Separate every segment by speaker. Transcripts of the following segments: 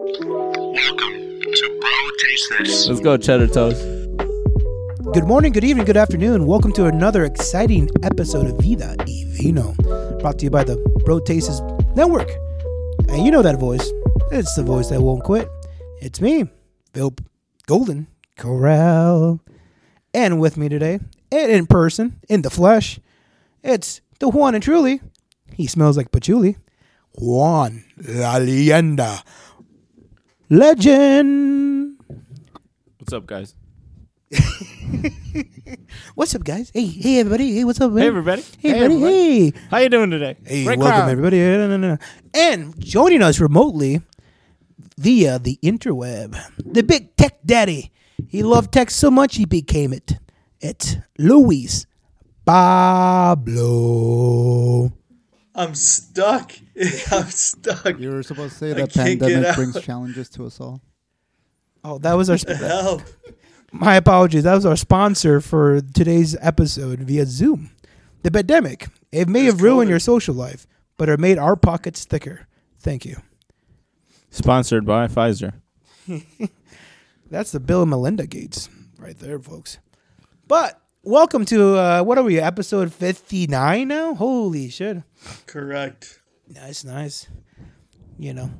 Speaker 1: Welcome to Bro Taste This.
Speaker 2: Let's go, Cheddar Toast.
Speaker 3: Good morning, good evening, good afternoon. Welcome to another exciting episode of Vida y Vino, brought to you by the Bro Tastes Network. And you know that voice. It's the voice that won't quit. It's me, Phil Golden Corral. And with me today, and in person, in the flesh, it's the one and truly. He smells like patchouli. Juan La Leyenda. Legend.
Speaker 2: What's up, guys?
Speaker 3: What's up, guys? Hey, hey, everybody. Hey, what's up, man?
Speaker 2: Hey, everybody.
Speaker 3: Hey,
Speaker 2: Hey,
Speaker 3: everybody. Hey.
Speaker 2: How you doing today?
Speaker 3: Hey, welcome everybody. Yeah, no, no, no. And joining us remotely via the interweb, the big tech daddy. He loved tech so much he became it. It's Luis Pablo.
Speaker 4: I'm stuck. I'm stuck.
Speaker 5: You were supposed to say
Speaker 4: I
Speaker 5: that
Speaker 4: can't get
Speaker 5: pandemic
Speaker 4: out.
Speaker 5: brings challenges to us all.
Speaker 3: Oh, that was our sp-
Speaker 4: Help.
Speaker 3: my apologies. That was our sponsor for today's episode via Zoom. The pandemic. It may have ruined your social life, but it made our pockets thicker. Thank you.
Speaker 2: Sponsored by Pfizer.
Speaker 3: That's the Bill and Melinda Gates right there, folks. But welcome to uh, what are we episode fifty nine now? Holy shit!
Speaker 4: Correct.
Speaker 3: Nice, nice. You know,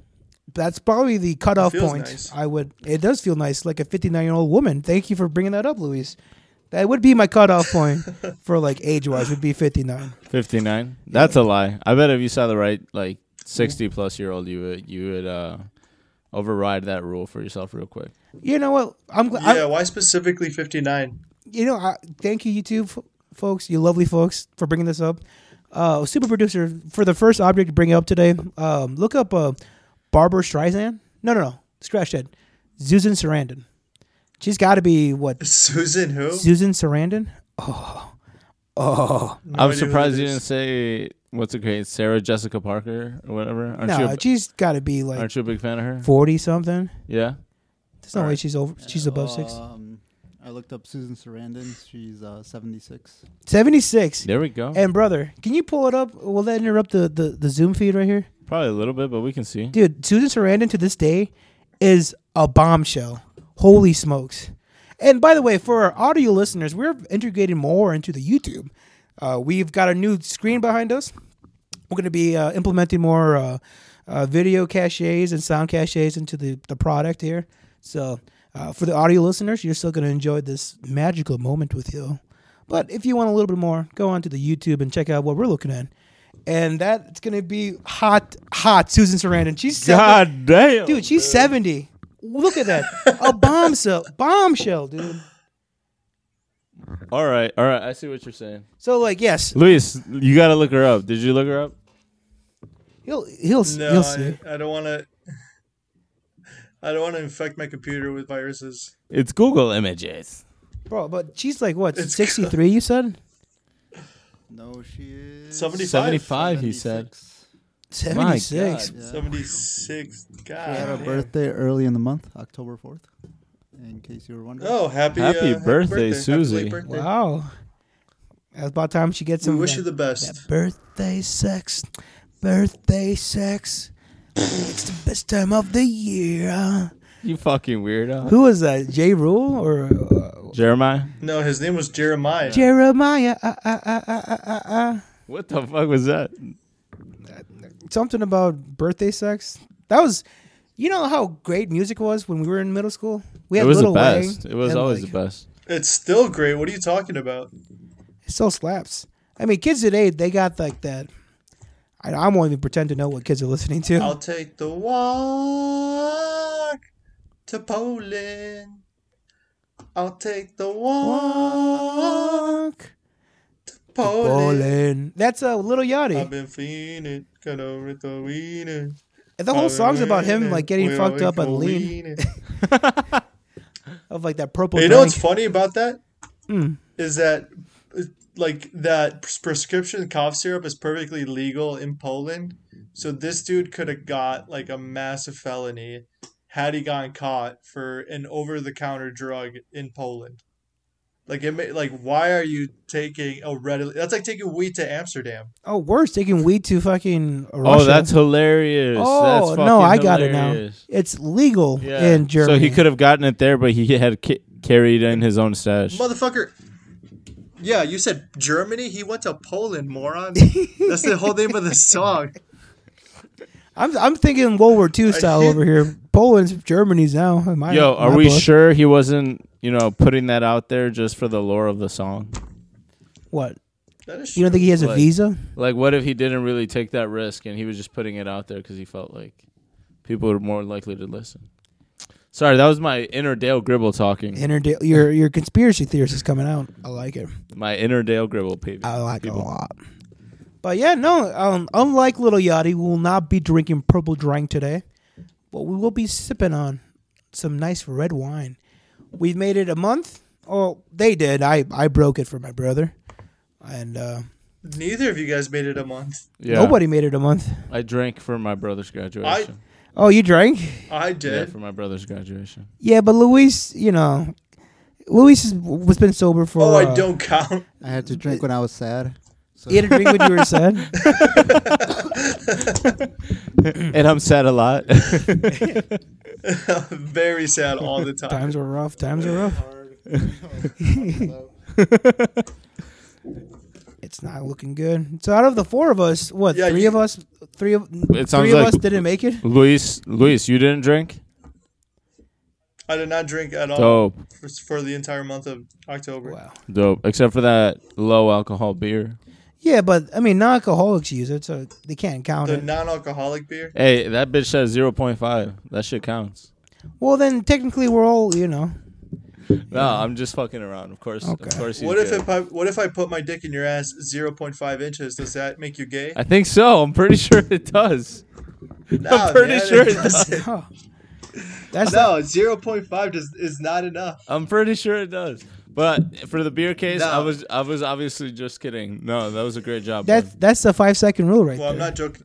Speaker 3: that's probably the cutoff
Speaker 4: Feels
Speaker 3: point.
Speaker 4: nice.
Speaker 3: I would. It does feel nice, like a fifty nine year old woman. Thank you for bringing that up, Luis. That would be my cutoff point for like age wise. Would be fifty nine.
Speaker 2: 59. That's a lie. I bet if you saw the right, like 60 plus year old, you would you would uh, override that rule for yourself real quick.
Speaker 3: You know what? I'm. glad.
Speaker 4: Yeah, why specifically 59?
Speaker 3: you know, I, thank you, YouTube f- folks, you lovely folks, for bringing this up. Uh, super producer for the first object to bring up today. Um, look up uh, Barbara Streisand. No, no, no, scratch that. Susan Sarandon. She's got to be what?
Speaker 4: Susan who?
Speaker 3: Susan Sarandon. Oh, oh.
Speaker 4: No
Speaker 2: I'm
Speaker 4: idea who
Speaker 2: surprised
Speaker 4: that
Speaker 2: you
Speaker 4: is.
Speaker 2: didn't say, what's it great, Sarah Jessica Parker or whatever. Aren't, you
Speaker 3: no,
Speaker 2: a,
Speaker 3: she's got to be like
Speaker 2: aren't you a big fan of her?
Speaker 3: forty something.
Speaker 2: Yeah.
Speaker 3: There's no way
Speaker 2: Alright. Uh,
Speaker 3: she's over. She's above six.
Speaker 5: Um, I looked up Susan Sarandon. She's uh, 76.
Speaker 3: Seventy six.
Speaker 2: There we go.
Speaker 3: And brother, can you pull it up? Will that interrupt the, the, the Zoom feed right here?
Speaker 2: Probably a little bit, but we can see.
Speaker 3: dude susan sarandon to this day is a bombshell holy smokes and by the way for our audio listeners we're integrating more into the youtube uh, we've got a new screen behind us we're going to be uh, implementing more uh, uh, video caches and sound caches into the, the product here so uh, for the audio listeners you're still going to enjoy this magical moment with you but if you want a little bit more go on to the youtube and check out what we're looking at and that's going to be hot hot susan sarandon she's seven-
Speaker 2: God damn.
Speaker 3: dude she's 70 look at that a bombshell bombshell dude
Speaker 2: All right. All right. I see what you're saying.
Speaker 3: so like yes
Speaker 2: Luis, you got to look her up. Did you look her up?
Speaker 3: he'll he'll,
Speaker 4: No,
Speaker 3: he'll see
Speaker 4: I, I don't want to. I don't want to infect my computer with viruses.
Speaker 2: It's Google Images.
Speaker 3: bro but she's like what
Speaker 4: It's
Speaker 3: 63 you said
Speaker 5: No, she is
Speaker 4: 75.
Speaker 2: 75, he said.
Speaker 5: 76.
Speaker 2: God.
Speaker 3: 76
Speaker 5: Yeah.
Speaker 4: 76. God.
Speaker 5: She had her
Speaker 4: damn.
Speaker 5: birthday early in the month, October 4th, in case you were wondering.
Speaker 4: Oh, happy,
Speaker 2: Happy
Speaker 4: uh, happy
Speaker 2: birthday,
Speaker 4: birthday,
Speaker 2: Susie.
Speaker 4: Happy late birthday.
Speaker 3: wow that's about time she gets
Speaker 4: We
Speaker 3: some
Speaker 4: wish
Speaker 3: of
Speaker 4: you
Speaker 3: that,
Speaker 4: the best.
Speaker 3: that birthday sex birthday sex it's the best time of the year
Speaker 2: You fucking weirdo.
Speaker 3: who was that j rule or uh,
Speaker 2: Jeremiah?
Speaker 4: No, his name was Jeremiah.
Speaker 3: jeremiah uh, uh, uh, uh, uh, uh, uh.
Speaker 2: What the fuck was that?
Speaker 3: something about birthday sex. That was, you know how great music was when we were in middle school. We
Speaker 2: it was the
Speaker 3: Lil Wayne
Speaker 2: best. It was
Speaker 3: and,
Speaker 2: always
Speaker 3: like,
Speaker 2: the best.
Speaker 4: it's still great. What are you talking about?
Speaker 3: It still slaps. I mean, kids today they got like that. I, I won't even pretend to know what kids are listening to.
Speaker 4: I'll take the walk to Poland. I'll take the walk
Speaker 3: Walk,
Speaker 4: to Poland.
Speaker 3: ballin'. That's a uh, little
Speaker 4: I've
Speaker 3: Yachty.
Speaker 4: been feeling, got over the wiener.
Speaker 3: The whole song's about him
Speaker 4: Wiener,
Speaker 3: like getting
Speaker 4: we
Speaker 3: fucked
Speaker 4: all
Speaker 3: up and
Speaker 4: equal
Speaker 3: lean
Speaker 4: wiener.
Speaker 3: of like that purple.
Speaker 4: you know what's
Speaker 3: drink.
Speaker 4: funny about that
Speaker 3: Mm.
Speaker 4: is that uh, like that pres- prescription cough syrup is perfectly legal in Poland. So this dude could have got like a massive felony had he gotten caught for an over the counter drug in Poland. Like it may, like why are you taking a readily? That's like taking weed to Amsterdam.
Speaker 3: Oh, worse, taking weed to fucking Russia.
Speaker 2: Oh, that's hilarious.
Speaker 3: Oh,
Speaker 2: that's
Speaker 3: no,
Speaker 2: fucking
Speaker 3: I got
Speaker 2: hilarious.
Speaker 3: it now. It's legal
Speaker 2: Yeah.
Speaker 3: in Germany.
Speaker 2: So he could have gotten it there, but he had ca- carried in his own stash.
Speaker 4: Motherfucker. Yeah, you said Germany. He went to Poland, moron. That's the whole name of the song.
Speaker 3: I'm I'm thinking World War II style
Speaker 4: shit.
Speaker 3: over here. Poland's Germany's now. in My,
Speaker 2: Yo,
Speaker 3: my
Speaker 2: are we
Speaker 3: book.
Speaker 2: sure he wasn't, you know, putting that out there just for the lore of the song?
Speaker 3: What?
Speaker 4: That is
Speaker 3: You don't think he has a
Speaker 2: Like-
Speaker 3: visa?
Speaker 2: Like, what if he didn't really take that risk and he was just putting it out there because he felt like people were more likely to listen? Sorry, that was my inner Dale Gribble talking.
Speaker 3: Inter- your your conspiracy theorist is coming out. I like it.
Speaker 2: my inner Dale Gribble, people.
Speaker 3: I like it a lot. But yeah, no. Um, unlike Little Yachty, we will not be drinking purple drink today, but we will be sipping on some nice red wine. We've made it a month. Oh, they did. I I broke it for my brother, and uh,
Speaker 4: Neither of you guys made it a month.
Speaker 2: yeah.
Speaker 3: nobody made it a month.
Speaker 2: I drank for my brother's graduation.
Speaker 3: Oh, you drank?
Speaker 4: I
Speaker 2: yeah,
Speaker 4: did.
Speaker 2: for my brother's graduation.
Speaker 3: Yeah, but Luis, you know, Luis has was been sober for.
Speaker 4: oh, I
Speaker 3: uh,
Speaker 4: don't count.
Speaker 5: I had to drink when I was sad.
Speaker 3: He had a drink when you were sad.
Speaker 2: And I'm sad a lot.
Speaker 4: Very sad all the time.
Speaker 3: Times were rough. Times were rough. It's not looking good. So out of the four of us, what
Speaker 4: Yeah,
Speaker 3: three
Speaker 4: you-
Speaker 3: of us, three of
Speaker 2: It sounds
Speaker 3: three of
Speaker 2: like-
Speaker 3: us didn't make it.
Speaker 2: Luis, Luis, you didn't drink?
Speaker 4: I did not drink at all
Speaker 2: Dope,
Speaker 4: for, for the entire month of October.
Speaker 3: Wow.
Speaker 2: dope. Except for that low alcohol beer.
Speaker 3: Yeah, but I mean, non-alcoholics use it, so they can't count
Speaker 4: The
Speaker 3: it.
Speaker 4: non-alcoholic beer.
Speaker 2: Hey, that bitch says 0.5. That shit counts.
Speaker 3: well, then technically we're all, you know.
Speaker 2: No, I'm just fucking around. Of course,
Speaker 3: Okay.
Speaker 2: of course. He's
Speaker 4: What if
Speaker 2: good.
Speaker 4: if I, what if I put my dick in your ass 0.5 inches? Does that make you gay?
Speaker 2: I think so. I'm pretty sure it does.
Speaker 4: Nah,
Speaker 2: pretty
Speaker 4: man,
Speaker 2: sure it
Speaker 4: doesn't.
Speaker 3: Huh. That's
Speaker 4: No, 0.5 does, is not enough.
Speaker 2: I'm pretty sure it does. But for the beer case, I
Speaker 4: No.
Speaker 2: was I was obviously just kidding. No, that was a great job. bud.
Speaker 3: that's that's the five second rule right
Speaker 4: Well, I'm
Speaker 3: there.
Speaker 4: not joking.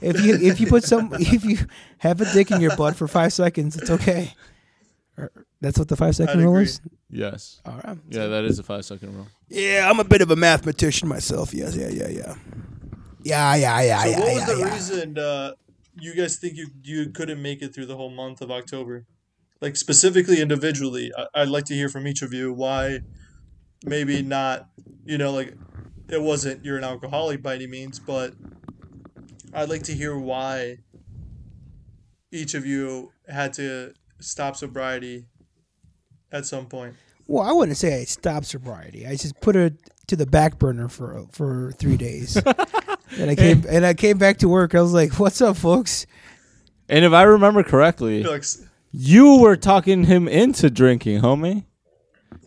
Speaker 3: If you if you put some if you have a dick in your butt for five seconds, it's okay. Or- That's what the five second
Speaker 4: I'd
Speaker 3: rule
Speaker 4: agree.
Speaker 3: is.
Speaker 2: yes.
Speaker 3: All right.
Speaker 2: Yeah, that is a five second rule.
Speaker 3: Yeah, I'm a bit of a mathematician myself. Yes, yeah, yeah, yeah. Yeah, yeah, yeah,
Speaker 4: So
Speaker 3: yeah,
Speaker 4: what
Speaker 3: yeah,
Speaker 4: was the
Speaker 3: yeah.
Speaker 4: reason uh, you guys think you you couldn't make it through the whole month of October? Like specifically individually, I, I'd like to hear from each of you why maybe not. You know, like it wasn't you're an alcoholic by any means, but I'd like to hear why each of you had to stop sobriety at some point.
Speaker 3: Well, I wouldn't say I stopped sobriety. I just put it to the back burner for for three days, and I came and I came back to work. I was like, "What's up, folks?"
Speaker 2: And if I remember correctly,
Speaker 4: Felix,
Speaker 2: you were talking him into drinking, homie.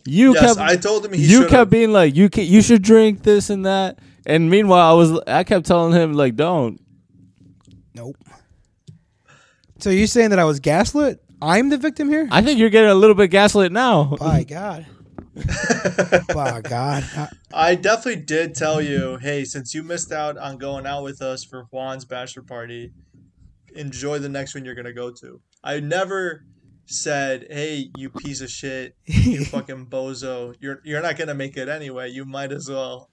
Speaker 2: You
Speaker 4: yes,
Speaker 2: kept
Speaker 4: I told him he
Speaker 2: you
Speaker 4: should
Speaker 2: kept being like you can, you should drink this and that. And meanwhile, I was I kept telling him like don't.
Speaker 3: Nope. So you're saying that I was gaslit? I'm the victim here?
Speaker 2: I think you're getting a little bit gaslit now.
Speaker 3: By God. By God. Uh, I-
Speaker 4: I definitely did tell you, hey, since you missed out on going out with us for Juan's bachelor party, enjoy the next one you're gonna go to. I never said, hey, you piece of shit, you fucking bozo, you're you're not gonna make it anyway. You might as well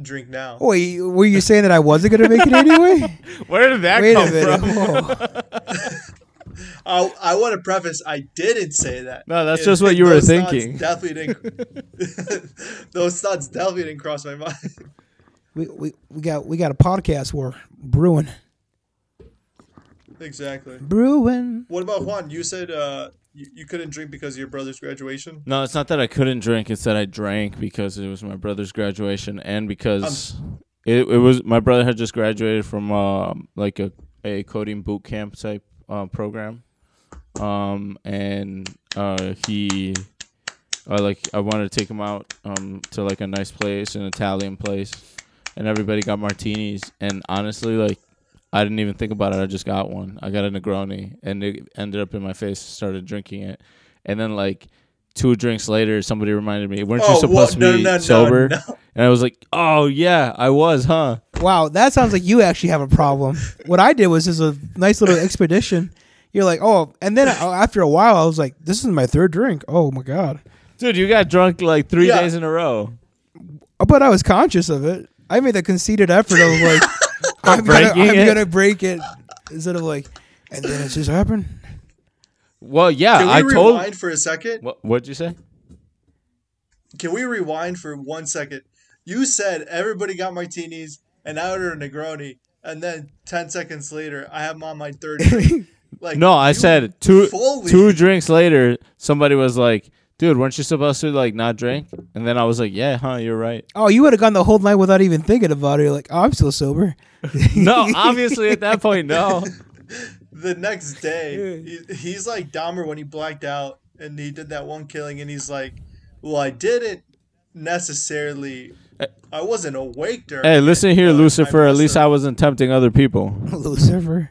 Speaker 4: drink now.
Speaker 2: Oh.
Speaker 3: Wait, were you saying that I wasn't going to make it anyway?
Speaker 2: Where did that
Speaker 3: Wait a
Speaker 2: come
Speaker 3: minute.
Speaker 2: from?
Speaker 3: Whoa.
Speaker 4: I, I want to preface, I didn't say that.
Speaker 2: No, that's just what you were
Speaker 4: Those thoughts
Speaker 2: thinking.
Speaker 4: Definitely didn't. those thoughts definitely didn't cross my mind.
Speaker 3: We, we, we got we got a podcast war brewing.
Speaker 4: exactly.
Speaker 3: Brewing.
Speaker 4: What about Juan? You said uh, you, you couldn't drink because of your brother's graduation.
Speaker 2: No, it's not that I couldn't drink. It's that I drank because it was my brother's graduation and because it, it was my brother had just graduated from um like a, a coding boot camp type uh, program, um, and uh, he I like I wanted to take him out um, to like a nice place, an Italian place, and everybody got martinis. And honestly, like I didn't even think about it. I just got one. I got a Negroni, and it ended up in my face. Started drinking it, and then like two drinks later, somebody reminded me, "Weren't
Speaker 4: Oh,
Speaker 2: you supposed
Speaker 4: wha-
Speaker 2: to
Speaker 4: no,
Speaker 2: be
Speaker 4: no, no,
Speaker 2: sober?"
Speaker 4: no.
Speaker 2: And I was like, "Oh yeah, I was, huh?"
Speaker 3: Wow, that sounds like you actually have a problem. What I did was just a nice little expedition. You're like, oh, and then uh, after a while, I was like, this is my third drink. Oh my god.
Speaker 2: Dude, you got drunk like three
Speaker 4: Yeah.
Speaker 2: days in a row.
Speaker 3: But I was conscious of it. I made the conceited effort of like, I'm gonna,
Speaker 2: breaking
Speaker 3: I'm
Speaker 2: it?
Speaker 3: gonna break it instead of like, and then it just happened.
Speaker 2: Well, yeah,
Speaker 4: Can we
Speaker 2: I told.
Speaker 4: rewind for a second?
Speaker 2: What, what'd you say?
Speaker 4: Can we rewind for one second? You said everybody got martinis and I ordered a Negroni, and then ten seconds later, I have 'em on my third. drink. Like
Speaker 2: No, I
Speaker 4: you
Speaker 2: said two
Speaker 4: fully-
Speaker 2: two drinks later, somebody was like, "Dude, weren't you supposed to like not drink?" And then I was like, "Yeah, huh? You're right."
Speaker 3: Oh, you would have gone the whole night without even thinking about it. You're like, oh, I'm still sober.
Speaker 2: No, obviously at that point, no.
Speaker 4: the next day he, he's like Dahmer when he blacked out and he did that one killing and he's like, well, I didn't necessarily.
Speaker 2: Eh.
Speaker 4: I wasn't awake during.
Speaker 2: Hey,
Speaker 4: it,
Speaker 2: listen here,
Speaker 4: but I
Speaker 2: Lucifer. At
Speaker 4: must
Speaker 2: least I
Speaker 4: have-
Speaker 2: wasn't tempting other people.
Speaker 3: Lucifer,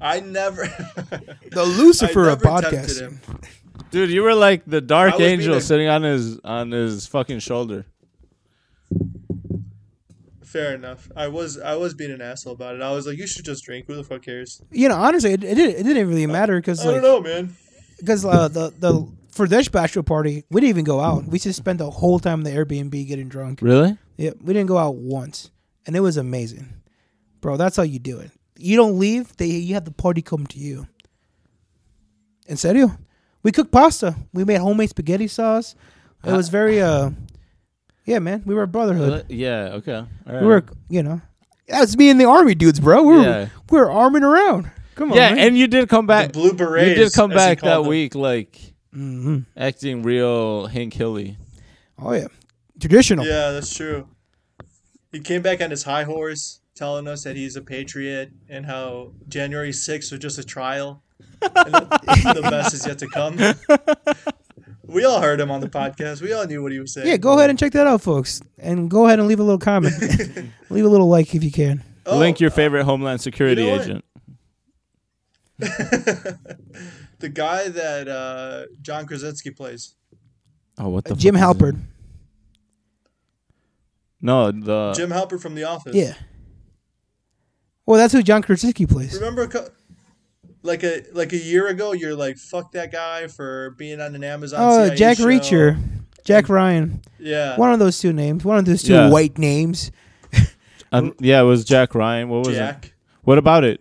Speaker 4: I never.
Speaker 3: the
Speaker 4: I
Speaker 3: Lucifer of
Speaker 4: never tempted
Speaker 3: podcast.
Speaker 4: him.
Speaker 2: Dude, you were like the
Speaker 4: I
Speaker 2: dark
Speaker 4: was
Speaker 2: angel
Speaker 4: being a-
Speaker 2: sitting on his on his fucking shoulder.
Speaker 4: Fair enough. I was I was being an asshole about it. I was like, you should just drink. Who the fuck cares?
Speaker 3: You know, honestly, it, it, didn't- it didn't really matter because
Speaker 4: I don't
Speaker 3: like,
Speaker 4: know, man.
Speaker 3: because uh, the the for this bachelor party, we didn't even go out. We just spent the whole time in the Airbnb getting drunk.
Speaker 2: Really?
Speaker 3: Yeah, we didn't go out once, and it was amazing, bro. That's how you do it. You don't leave; they you have the party come to you. In serio, we cooked pasta. We made homemade spaghetti sauce. It was very uh, yeah, man. We were a brotherhood.
Speaker 2: Yeah. Okay. All right.
Speaker 3: We were, you know, that's me and the army dudes, bro. We were
Speaker 2: Yeah.
Speaker 3: we were arming around. Come on,
Speaker 2: yeah,
Speaker 3: man.
Speaker 2: and you did come back.
Speaker 4: blue
Speaker 2: eh, You did
Speaker 4: berets,
Speaker 2: come
Speaker 4: as he
Speaker 2: back
Speaker 4: called
Speaker 2: that
Speaker 4: them.
Speaker 2: week, like Mm-hmm. acting real Hank Hilly.
Speaker 3: oh yeah, traditional.
Speaker 4: Yeah, that's true. He came back on his high horse, telling us that he's a patriot and how January 6th was just a trial. and that the best is yet to come. We all heard him on the podcast. We all knew what he was saying.
Speaker 3: Yeah, go ahead and check that out, folks, and go ahead and leave a little comment, leave a little like if you can.
Speaker 4: Oh,
Speaker 2: Link your favorite Homeland Security
Speaker 4: you know what?
Speaker 2: agent.
Speaker 4: the guy that uh, John Krasinski plays.
Speaker 2: Oh, what the
Speaker 3: Jim
Speaker 2: fuck is it?
Speaker 3: Halpert.
Speaker 2: No, the
Speaker 4: Jim Halpert from The Office.
Speaker 3: Yeah. Well, that's who John Krasinski plays.
Speaker 4: Remember, a cou- like a like a year ago, you're like, "Fuck that guy for being on an Amazon."
Speaker 3: Oh,
Speaker 4: CIA
Speaker 3: Jack
Speaker 4: E show."
Speaker 3: Reacher, Jack Ryan.
Speaker 4: Yeah.
Speaker 3: One of those two names. One of those two
Speaker 2: Yeah.
Speaker 3: white names.
Speaker 2: uh, yeah, it was Jack Ryan. What was it?
Speaker 4: Jack.
Speaker 2: What about it?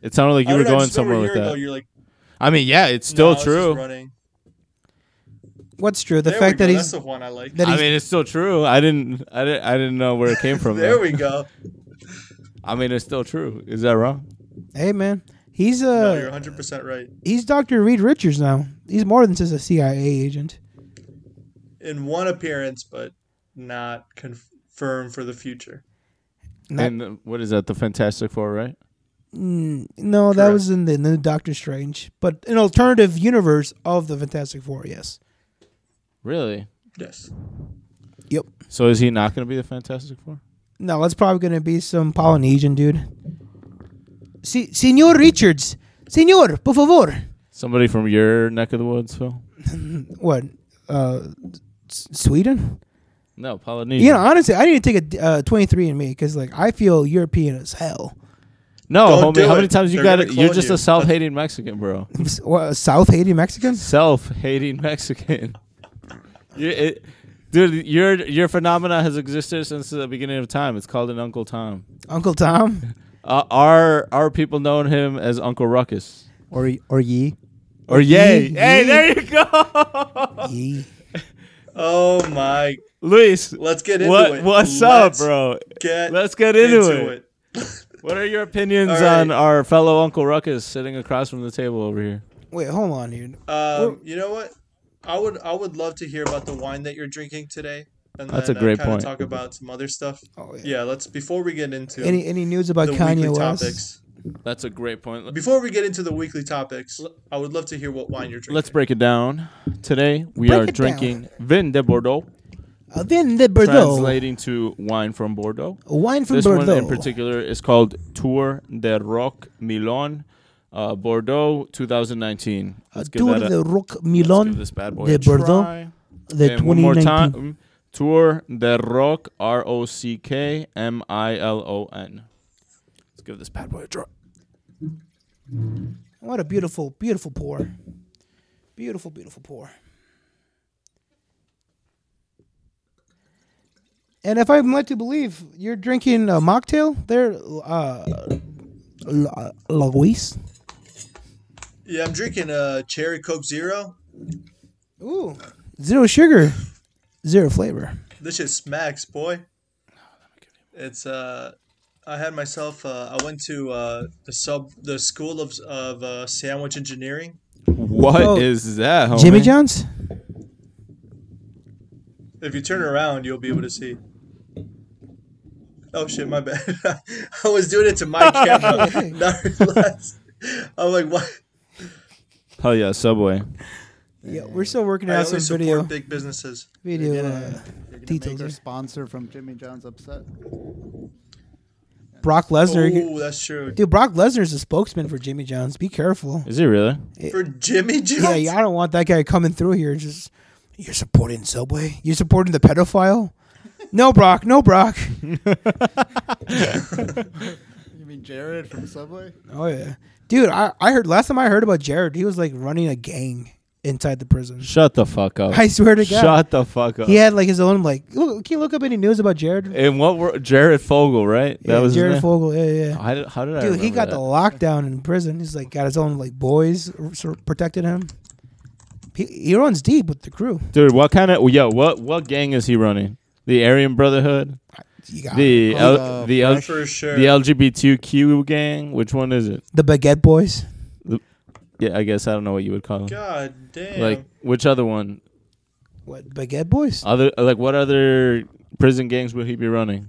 Speaker 2: It sounded like you
Speaker 4: I
Speaker 2: were
Speaker 4: don't know, I
Speaker 2: going
Speaker 4: just remember
Speaker 2: somewhere
Speaker 4: a
Speaker 2: with
Speaker 4: year
Speaker 2: that.
Speaker 4: ago, You're like,
Speaker 2: I mean, yeah, it's still
Speaker 4: "No, it's just
Speaker 2: true.
Speaker 4: running."
Speaker 3: What's true? The
Speaker 4: There we
Speaker 3: fact
Speaker 4: go.
Speaker 3: that
Speaker 4: that's
Speaker 3: he's
Speaker 4: the one I like.
Speaker 3: that
Speaker 2: I
Speaker 3: he's
Speaker 2: mean, it's still true. I didn't, I didn't, I didn't know where it came from.
Speaker 4: there
Speaker 2: though.
Speaker 4: we go.
Speaker 2: I mean, it's still true. Is that wrong?
Speaker 3: hey man, he's
Speaker 4: No,
Speaker 3: uh
Speaker 4: you're 100 percent right.
Speaker 3: he's Doctor Reed Richards now. He's more than just a CIA agent.
Speaker 4: In one appearance, but not confirmed for the future.
Speaker 3: Not-
Speaker 2: and uh, what is that? The Fantastic Four, right?
Speaker 3: No, that
Speaker 4: Correct.
Speaker 3: was in the new Doctor Strange, but an alternative universe of the Fantastic Four. Yes.
Speaker 2: Really?
Speaker 4: Yes.
Speaker 3: Yep.
Speaker 2: So is he not going to be the Fantastic Four?
Speaker 3: No, that's probably gonna be some Polynesian dude. Si- Senor Richards, Senor, por favor.
Speaker 2: Somebody from your neck of the woods, Phil?
Speaker 3: What? Uh, S- Sweden?
Speaker 2: No, Polynesia.
Speaker 3: You know, honestly, I need to take a uh, 23 and me because like I feel European as hell.
Speaker 2: no,
Speaker 4: Don't
Speaker 2: homie.
Speaker 4: do
Speaker 2: How
Speaker 4: it.
Speaker 2: many times you
Speaker 4: They're
Speaker 2: got
Speaker 4: gonna
Speaker 2: it? You're
Speaker 4: clone
Speaker 2: just
Speaker 4: you.
Speaker 2: a self-hating Mexican, bro.
Speaker 3: S- what, South Haiti Mexicans?
Speaker 2: Self-hating Mexican. you, it, dude, your your phenomena has existed since the beginning of time. It's called an Uncle Tom.
Speaker 3: Uncle Tom
Speaker 2: Uh, our our people known him as Uncle Ruckus
Speaker 5: Or or ye.
Speaker 2: or Yay.
Speaker 3: Yee,
Speaker 2: Hey,
Speaker 3: yee.
Speaker 2: there you go,
Speaker 3: Yee.
Speaker 4: Oh my!
Speaker 2: Luis.
Speaker 4: Let's get into
Speaker 2: What
Speaker 4: it.
Speaker 2: what's
Speaker 4: Let's
Speaker 2: up, bro?
Speaker 4: Get
Speaker 2: Let's get into, it. What are your opinions
Speaker 4: All right.
Speaker 2: on our fellow Uncle Ruckus sitting across from the table over here?
Speaker 3: Wait, hold on, dude.
Speaker 4: Um, you know what? I would I would love to hear about the wine that you're drinking today. And
Speaker 2: That's
Speaker 4: then,
Speaker 2: a great
Speaker 4: uh, kinda
Speaker 2: point.
Speaker 4: Talk about some other stuff.
Speaker 3: Oh, yeah.
Speaker 4: yeah. let's before we get into
Speaker 3: Any any news
Speaker 4: the
Speaker 3: about
Speaker 4: weekly
Speaker 3: Kanye West?
Speaker 4: topics.
Speaker 2: That's a great point.
Speaker 4: Before we get into the weekly topics, I would love to hear what wine you're drinking.
Speaker 2: Let's break it down. Today we
Speaker 3: Break
Speaker 2: are
Speaker 3: it down.
Speaker 2: drinking Vin de Bordeaux,
Speaker 3: Uh, then the Bordeaux
Speaker 2: translating to wine from Bordeaux.
Speaker 3: wine from
Speaker 2: this
Speaker 3: Bordeaux.
Speaker 2: one in particular is called Tour de Roc Milon, uh, Bordeaux 2019. Let's give
Speaker 3: Uh, Tour
Speaker 2: that a-
Speaker 3: de Roc
Speaker 2: let's give
Speaker 3: Milon,
Speaker 2: this bad boy
Speaker 3: de
Speaker 2: a
Speaker 3: Bordeaux,
Speaker 2: try.
Speaker 3: the
Speaker 2: And one more
Speaker 3: 2019.
Speaker 2: time, Tour de Roc R O C K M I L O N. Let's give this bad boy a try.
Speaker 3: What a beautiful, beautiful pour. Beautiful, beautiful pour. And if I'm led to believe, you're drinking a mocktail there, uh, L- Luis.
Speaker 4: Yeah, I'm drinking a cherry Coke Zero.
Speaker 3: Ooh, zero sugar, zero flavor.
Speaker 4: This shit smacks, boy. It's uh, I had myself. Uh, I went to uh, the sub the school of of uh, sandwich engineering.
Speaker 2: What is
Speaker 3: Oh.
Speaker 2: that, homie?
Speaker 3: Jimmy John's.
Speaker 4: If you turn around, you'll be able to see. Oh shit, my bad. I was doing it to my camera. not realized. I'm like, what?
Speaker 2: Hell yeah, Subway.
Speaker 3: Yeah, we're still working
Speaker 4: I
Speaker 3: out
Speaker 4: only
Speaker 3: some
Speaker 4: support
Speaker 3: video.
Speaker 4: big businesses.
Speaker 3: video.
Speaker 5: They're
Speaker 3: Uh,
Speaker 5: gonna- they're gonna
Speaker 3: details
Speaker 5: make their
Speaker 3: there.
Speaker 5: sponsor from Jimmy John's upset.
Speaker 3: Brock Lesnar.
Speaker 4: Oh, that's true.
Speaker 3: Dude, Brock Lesnar's a spokesman for Jimmy John's. Be careful.
Speaker 2: Is he really?
Speaker 4: For Jimmy Jones.
Speaker 3: Yeah, yeah, I don't want that guy coming through here. and Just you're supporting Subway. You're supporting the pedophile. No, Brock. No, Brock.
Speaker 5: You mean Jared from Subway?
Speaker 3: Oh yeah, dude. I, I heard last time I heard about Jared, he was like running a gang inside the prison.
Speaker 2: Shut the fuck up.
Speaker 3: I swear to God.
Speaker 2: Shut the fuck up.
Speaker 3: He had like his own like. Look, can you look up any news about Jared?
Speaker 2: And what were Jared Fogle, right?
Speaker 3: Yeah,
Speaker 2: that was his
Speaker 3: Jared
Speaker 2: name?
Speaker 3: Fogle. Yeah, yeah.
Speaker 2: How did, how did I
Speaker 3: Dude, he
Speaker 2: remember
Speaker 3: got
Speaker 2: that?
Speaker 3: the lockdown in prison. He's like got his own like boys r- sort of protected him. He, he runs deep with the crew.
Speaker 2: Dude, what kind of yo? What what gang is he running? The Aryan Brotherhood,
Speaker 3: You got the,
Speaker 2: the L,
Speaker 5: uh,
Speaker 2: the L,
Speaker 4: For sure.
Speaker 2: the LGBTQ gang. Which one is it?
Speaker 3: Baguette Boys.
Speaker 2: Yeah, I guess I don't know what you would call them.
Speaker 4: God damn.
Speaker 2: Like which other one?
Speaker 3: What Baguette Boys?
Speaker 2: Other like what other prison gangs would he be running?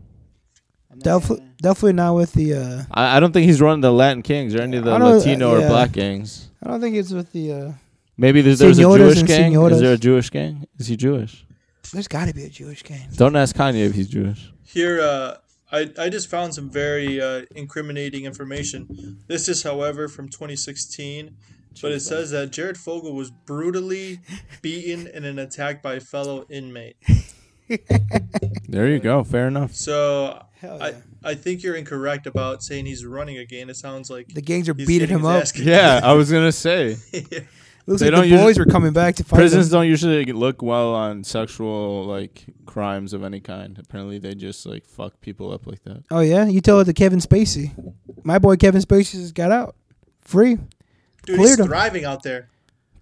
Speaker 5: I'm not
Speaker 3: Definitely,
Speaker 5: gonna-
Speaker 3: definitely not with the. Uh,
Speaker 2: I, I don't think he's running the Latin Kings or any of the
Speaker 3: I don't-
Speaker 2: Latino
Speaker 3: yeah.
Speaker 2: or black gangs.
Speaker 3: I don't think it's with the. Uh,
Speaker 2: Maybe there's, there's a
Speaker 3: Señoras
Speaker 2: Jewish
Speaker 3: and
Speaker 2: gang.
Speaker 3: señoras.
Speaker 2: Is there a Jewish gang? Is he Jewish?
Speaker 3: there's got to be a Jewish gang.
Speaker 2: Don't ask Kanye if he's Jewish.
Speaker 4: Here, uh, I, I just found some very uh, incriminating information. This is, however, from 2016, but it says that Jared Fogle was brutally beaten in an attack by a fellow inmate.
Speaker 2: There you go. Fair enough.
Speaker 4: So
Speaker 3: Hell yeah.
Speaker 4: I, I think you're incorrect about saying he's running again. It sounds like
Speaker 3: The gangs are
Speaker 4: he's
Speaker 3: beating
Speaker 4: getting
Speaker 3: him
Speaker 4: his
Speaker 3: up.
Speaker 4: ass kicked.
Speaker 2: Yeah, I was gonna say
Speaker 3: Looks
Speaker 2: They
Speaker 3: like
Speaker 2: don't
Speaker 3: the boys
Speaker 2: usu-
Speaker 3: were coming back to fight.
Speaker 2: prisons
Speaker 3: them.
Speaker 2: don't usually look well on sexual like crimes of any kind. Apparently, they just like fuck people up like that.
Speaker 3: Oh yeah, you tell it to Kevin Spacey. My boy Kevin Spacey just got out free,
Speaker 4: Dude, he's
Speaker 3: Cleared him.
Speaker 4: thriving out there.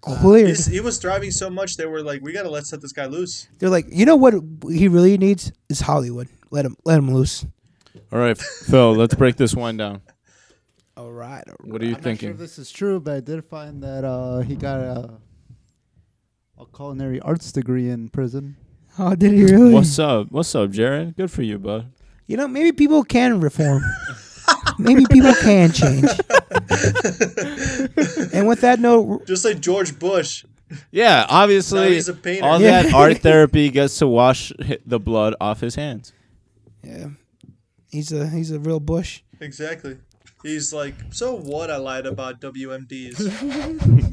Speaker 3: cleared.
Speaker 4: He's, he was thriving so much they were like, we gotta let set this guy loose.
Speaker 3: They're like, you know what he really needs is Hollywood. Let him, let him loose.
Speaker 2: All right, Phil, let's break this one down.
Speaker 3: All right.
Speaker 2: What are you
Speaker 5: I'm not sure
Speaker 2: thinking?
Speaker 5: if this is true, but I did find that uh, he got a, a culinary arts degree in prison.
Speaker 3: Oh, did he really?
Speaker 2: What's up? What's up, Jared? Good for you, bud.
Speaker 3: you know, maybe people can reform. maybe people can change. and with that note,
Speaker 4: Just like George Bush.
Speaker 2: Yeah,
Speaker 4: Now
Speaker 2: obviously,
Speaker 4: he's a painter.
Speaker 2: all
Speaker 3: Yeah.
Speaker 2: that art therapy gets to wash hi- the blood off his hands.
Speaker 3: yeah, he's a he's a real bush.
Speaker 4: Exactly. He's like, so what? I lied about WMDs.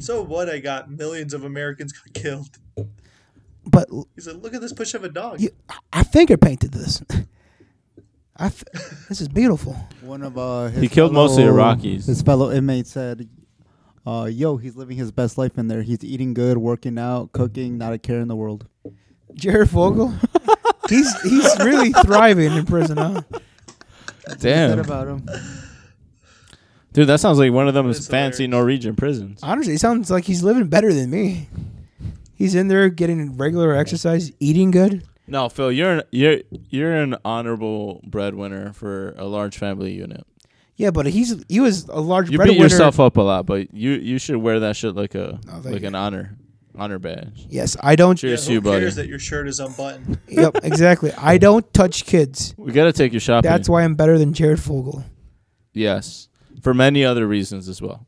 Speaker 4: so what? I got millions of Americans got killed.
Speaker 3: But
Speaker 4: He's like, look at this push of a dog.
Speaker 3: you, I finger painted this. I f- this is beautiful.
Speaker 5: One of uh, his
Speaker 2: He killed mostly
Speaker 5: fellow-
Speaker 2: Iraqis.
Speaker 5: His fellow inmate said, uh, "Yo, he's living his best life in there. He's eating good, working out, cooking, not a care in the world."
Speaker 3: Jared Fogle. he's he's really thriving in prison, huh?
Speaker 5: Said
Speaker 2: Damn,
Speaker 5: about him.
Speaker 2: dude, that sounds like one of them
Speaker 4: That's
Speaker 2: is fancy
Speaker 4: hilarious.
Speaker 2: Norwegian prisons.
Speaker 3: Honestly, it sounds like he's living better than me. He's in there getting regular exercise, eating good.
Speaker 2: No, Phil, you're an, you're you're an honorable breadwinner for a large family unit.
Speaker 3: Yeah, but he's he was a large
Speaker 2: You beat
Speaker 3: breadwinner.
Speaker 2: yourself up a lot, but you you should wear that shit like a
Speaker 3: Oh, thank
Speaker 2: like
Speaker 3: you.
Speaker 2: an honor honor badge.
Speaker 3: Yes, I don't.
Speaker 4: Yeah,
Speaker 2: Cheers to
Speaker 4: who
Speaker 2: you, buddy.
Speaker 4: cares that your shirt is unbuttoned?
Speaker 3: Yep, exactly. I don't touch kids.
Speaker 2: We gotta take your shopping.
Speaker 3: That's why I'm better than Jared Fogle.
Speaker 2: yes, for many other reasons as well.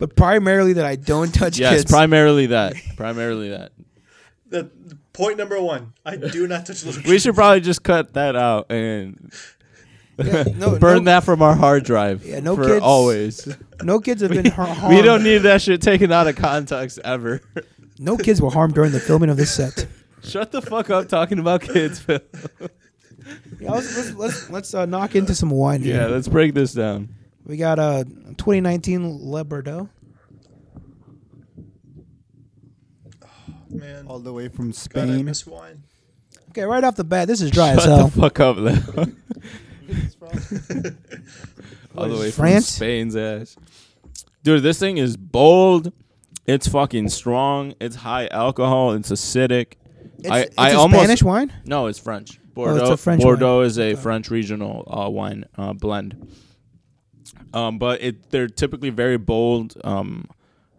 Speaker 3: But primarily that I don't touch
Speaker 2: Yes,
Speaker 3: kids.
Speaker 2: primarily that. primarily that.
Speaker 4: That point number one. I do not touch little.
Speaker 2: We should probably just cut that out and
Speaker 3: Oh, no,
Speaker 2: burn
Speaker 3: no-
Speaker 2: that from our hard drive.
Speaker 3: Yeah, no
Speaker 2: for
Speaker 3: kids. Um,
Speaker 2: always.
Speaker 3: no kids have been har- harmed.
Speaker 2: we don't need that shit taken out of context ever.
Speaker 3: no kids were harmed during the filming of this set.
Speaker 2: Shut the fuck up talking about kids, Phil.
Speaker 3: Yeah, let's let's, let's, let's uh, knock into some wine here.
Speaker 2: Yeah, let's break this down.
Speaker 3: We got uh 2019 Le Bordeaux.
Speaker 4: Man,
Speaker 5: All the way from
Speaker 4: God, I
Speaker 5: Spain.
Speaker 4: miss wine.
Speaker 3: Okay, right off the bat, this is dry as
Speaker 2: Shut
Speaker 3: hell.
Speaker 2: the fuck up, Leo. All the way
Speaker 3: France?
Speaker 2: from Spain's ass. Dude, this thing is bold. It's fucking strong. It's high alcohol. It's acidic.
Speaker 3: It's,
Speaker 2: I,
Speaker 3: it's
Speaker 2: I
Speaker 3: a
Speaker 2: almost
Speaker 3: Spanish wine.
Speaker 2: no, it's French.
Speaker 3: Oh, it's
Speaker 2: Bordeaux.
Speaker 3: a French
Speaker 2: Bordeaux is a French regional uh, wine uh, blend. Um, but it they're typically very bold, um,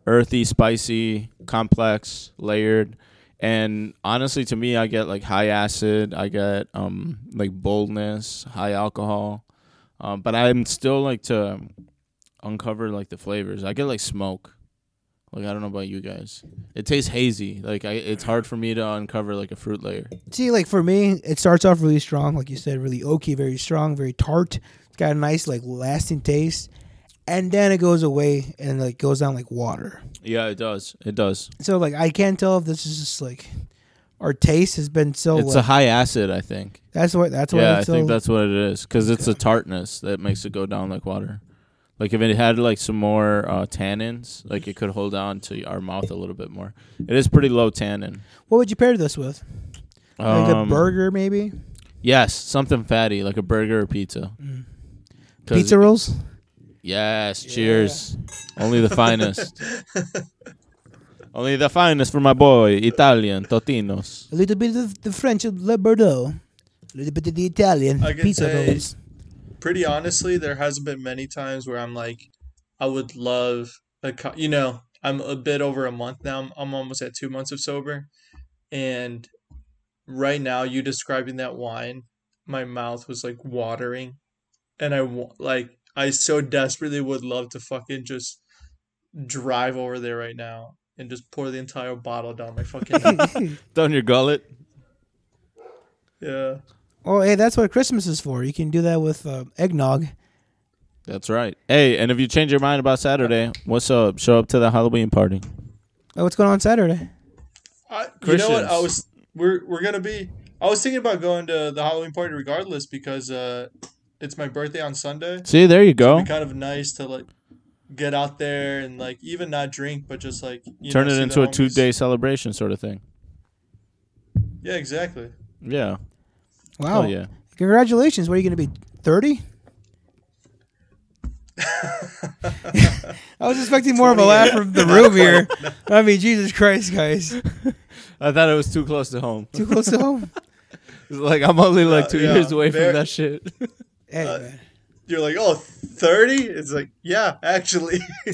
Speaker 2: earthy, spicy, complex, layered, and honestly, to me, I get like high acid. I get um, like boldness, high alcohol, um, but I'm still like to uncover like the flavors. I get like smoke. Like I don't know about you guys. It tastes hazy. Like I, it's hard for me to uncover like a fruit layer.
Speaker 3: See, like for me, it starts off really strong, like you said, really oaky, very strong, very tart. It's got a nice, like, lasting taste, and then it goes away and like goes down like water.
Speaker 2: Yeah, it does. It does.
Speaker 3: So like, I can't tell if this is just like our taste has been so.
Speaker 2: it's
Speaker 3: like,
Speaker 2: a high acid, I think.
Speaker 3: that's what. That's why.
Speaker 2: Yeah,
Speaker 3: it's
Speaker 2: I
Speaker 3: Oh, so,
Speaker 2: think that's what it is because it's the tartness that makes it go down like water. Like if it had like some more uh, tannins, like it could hold on to our mouth a little bit more. It is pretty low tannin.
Speaker 3: What would you pair this with? Like
Speaker 2: Um,
Speaker 3: a burger, maybe
Speaker 2: Yes, something fatty like a burger or pizza. 'Cause-
Speaker 3: Mm. pizza rolls.
Speaker 2: Yes. Cheers. Only the finest. Only the finest for my boy Italian Totinos.
Speaker 3: A little bit of the French of Le Bordeaux, a little bit of the Italian
Speaker 4: I can
Speaker 3: pizza
Speaker 4: say-
Speaker 3: rolls.
Speaker 4: Pretty honestly, there hasn't been many times where I'm like, I would love a, co- you know, I'm a bit over a month now. I'm, I'm almost at two months of sober, and right now, you describing that wine, my mouth was like watering, and I wa- like I so desperately would love to fucking just drive over there right now and just pour the entire bottle down my fucking neck.
Speaker 2: Down your gullet.
Speaker 4: yeah.
Speaker 3: Oh, hey, that's what Christmas is for. You can do that with uh, eggnog.
Speaker 2: That's right. Hey, and if you change your mind about Saturday, what's up? Show up to the Halloween party.
Speaker 3: Oh, what's going on Saturday?
Speaker 4: I, you know what? I
Speaker 2: Christians.
Speaker 4: was we're we're gonna be. I was thinking about going to the Halloween party regardless because uh, it's my birthday on Sunday.
Speaker 2: See, there you go.
Speaker 4: It'd be kind of nice to like get out there and like even not drink, but just like you
Speaker 2: Turn
Speaker 4: know, see
Speaker 2: it
Speaker 4: the
Speaker 2: into a
Speaker 4: homies.
Speaker 2: two-day celebration sort of thing.
Speaker 4: Yeah, exactly.
Speaker 2: Yeah.
Speaker 3: Wow.
Speaker 2: Oh yeah.
Speaker 3: Congratulations. What are you going to be? 30? I was expecting more of a laugh from the room here. I mean, Jesus Christ, guys.
Speaker 2: I thought it was too close to home.
Speaker 3: Too close to home?
Speaker 2: It's like I'm only like
Speaker 4: Uh,
Speaker 2: two
Speaker 4: yeah,
Speaker 2: years away
Speaker 4: very-
Speaker 2: from that shit.
Speaker 3: Hey,
Speaker 4: Uh,
Speaker 3: man.
Speaker 4: You're like, oh, 30? It's like, yeah, actually.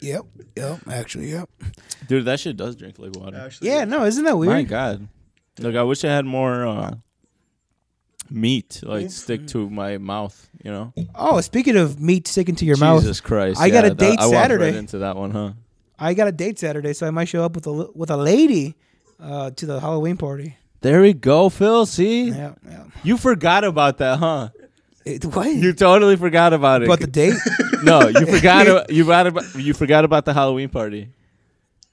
Speaker 3: Yep. Yep. Actually, yep.
Speaker 2: Dude, that shit does drink like water.
Speaker 4: actually.
Speaker 3: Yeah, no, isn't that
Speaker 2: My
Speaker 3: weird?
Speaker 2: God. Look, I wish I had more uh, meat like stick to my mouth. You know.
Speaker 3: Oh, speaking of meat sticking to your mouth,
Speaker 2: Jesus Christ.
Speaker 3: I got
Speaker 2: yeah,
Speaker 3: a date
Speaker 2: that, I walked Right
Speaker 3: Saturday.
Speaker 2: into that one, huh?
Speaker 3: I got a date Saturday, so I might show up with a l- with a lady uh, to the Halloween party.
Speaker 2: There we go, Phil. See,
Speaker 3: Yeah, yeah.
Speaker 2: you forgot about that, huh?
Speaker 3: It, what?
Speaker 2: You totally forgot about it.
Speaker 3: But the date?
Speaker 2: No, you forgot. ab- you forgot about you forgot about the Halloween party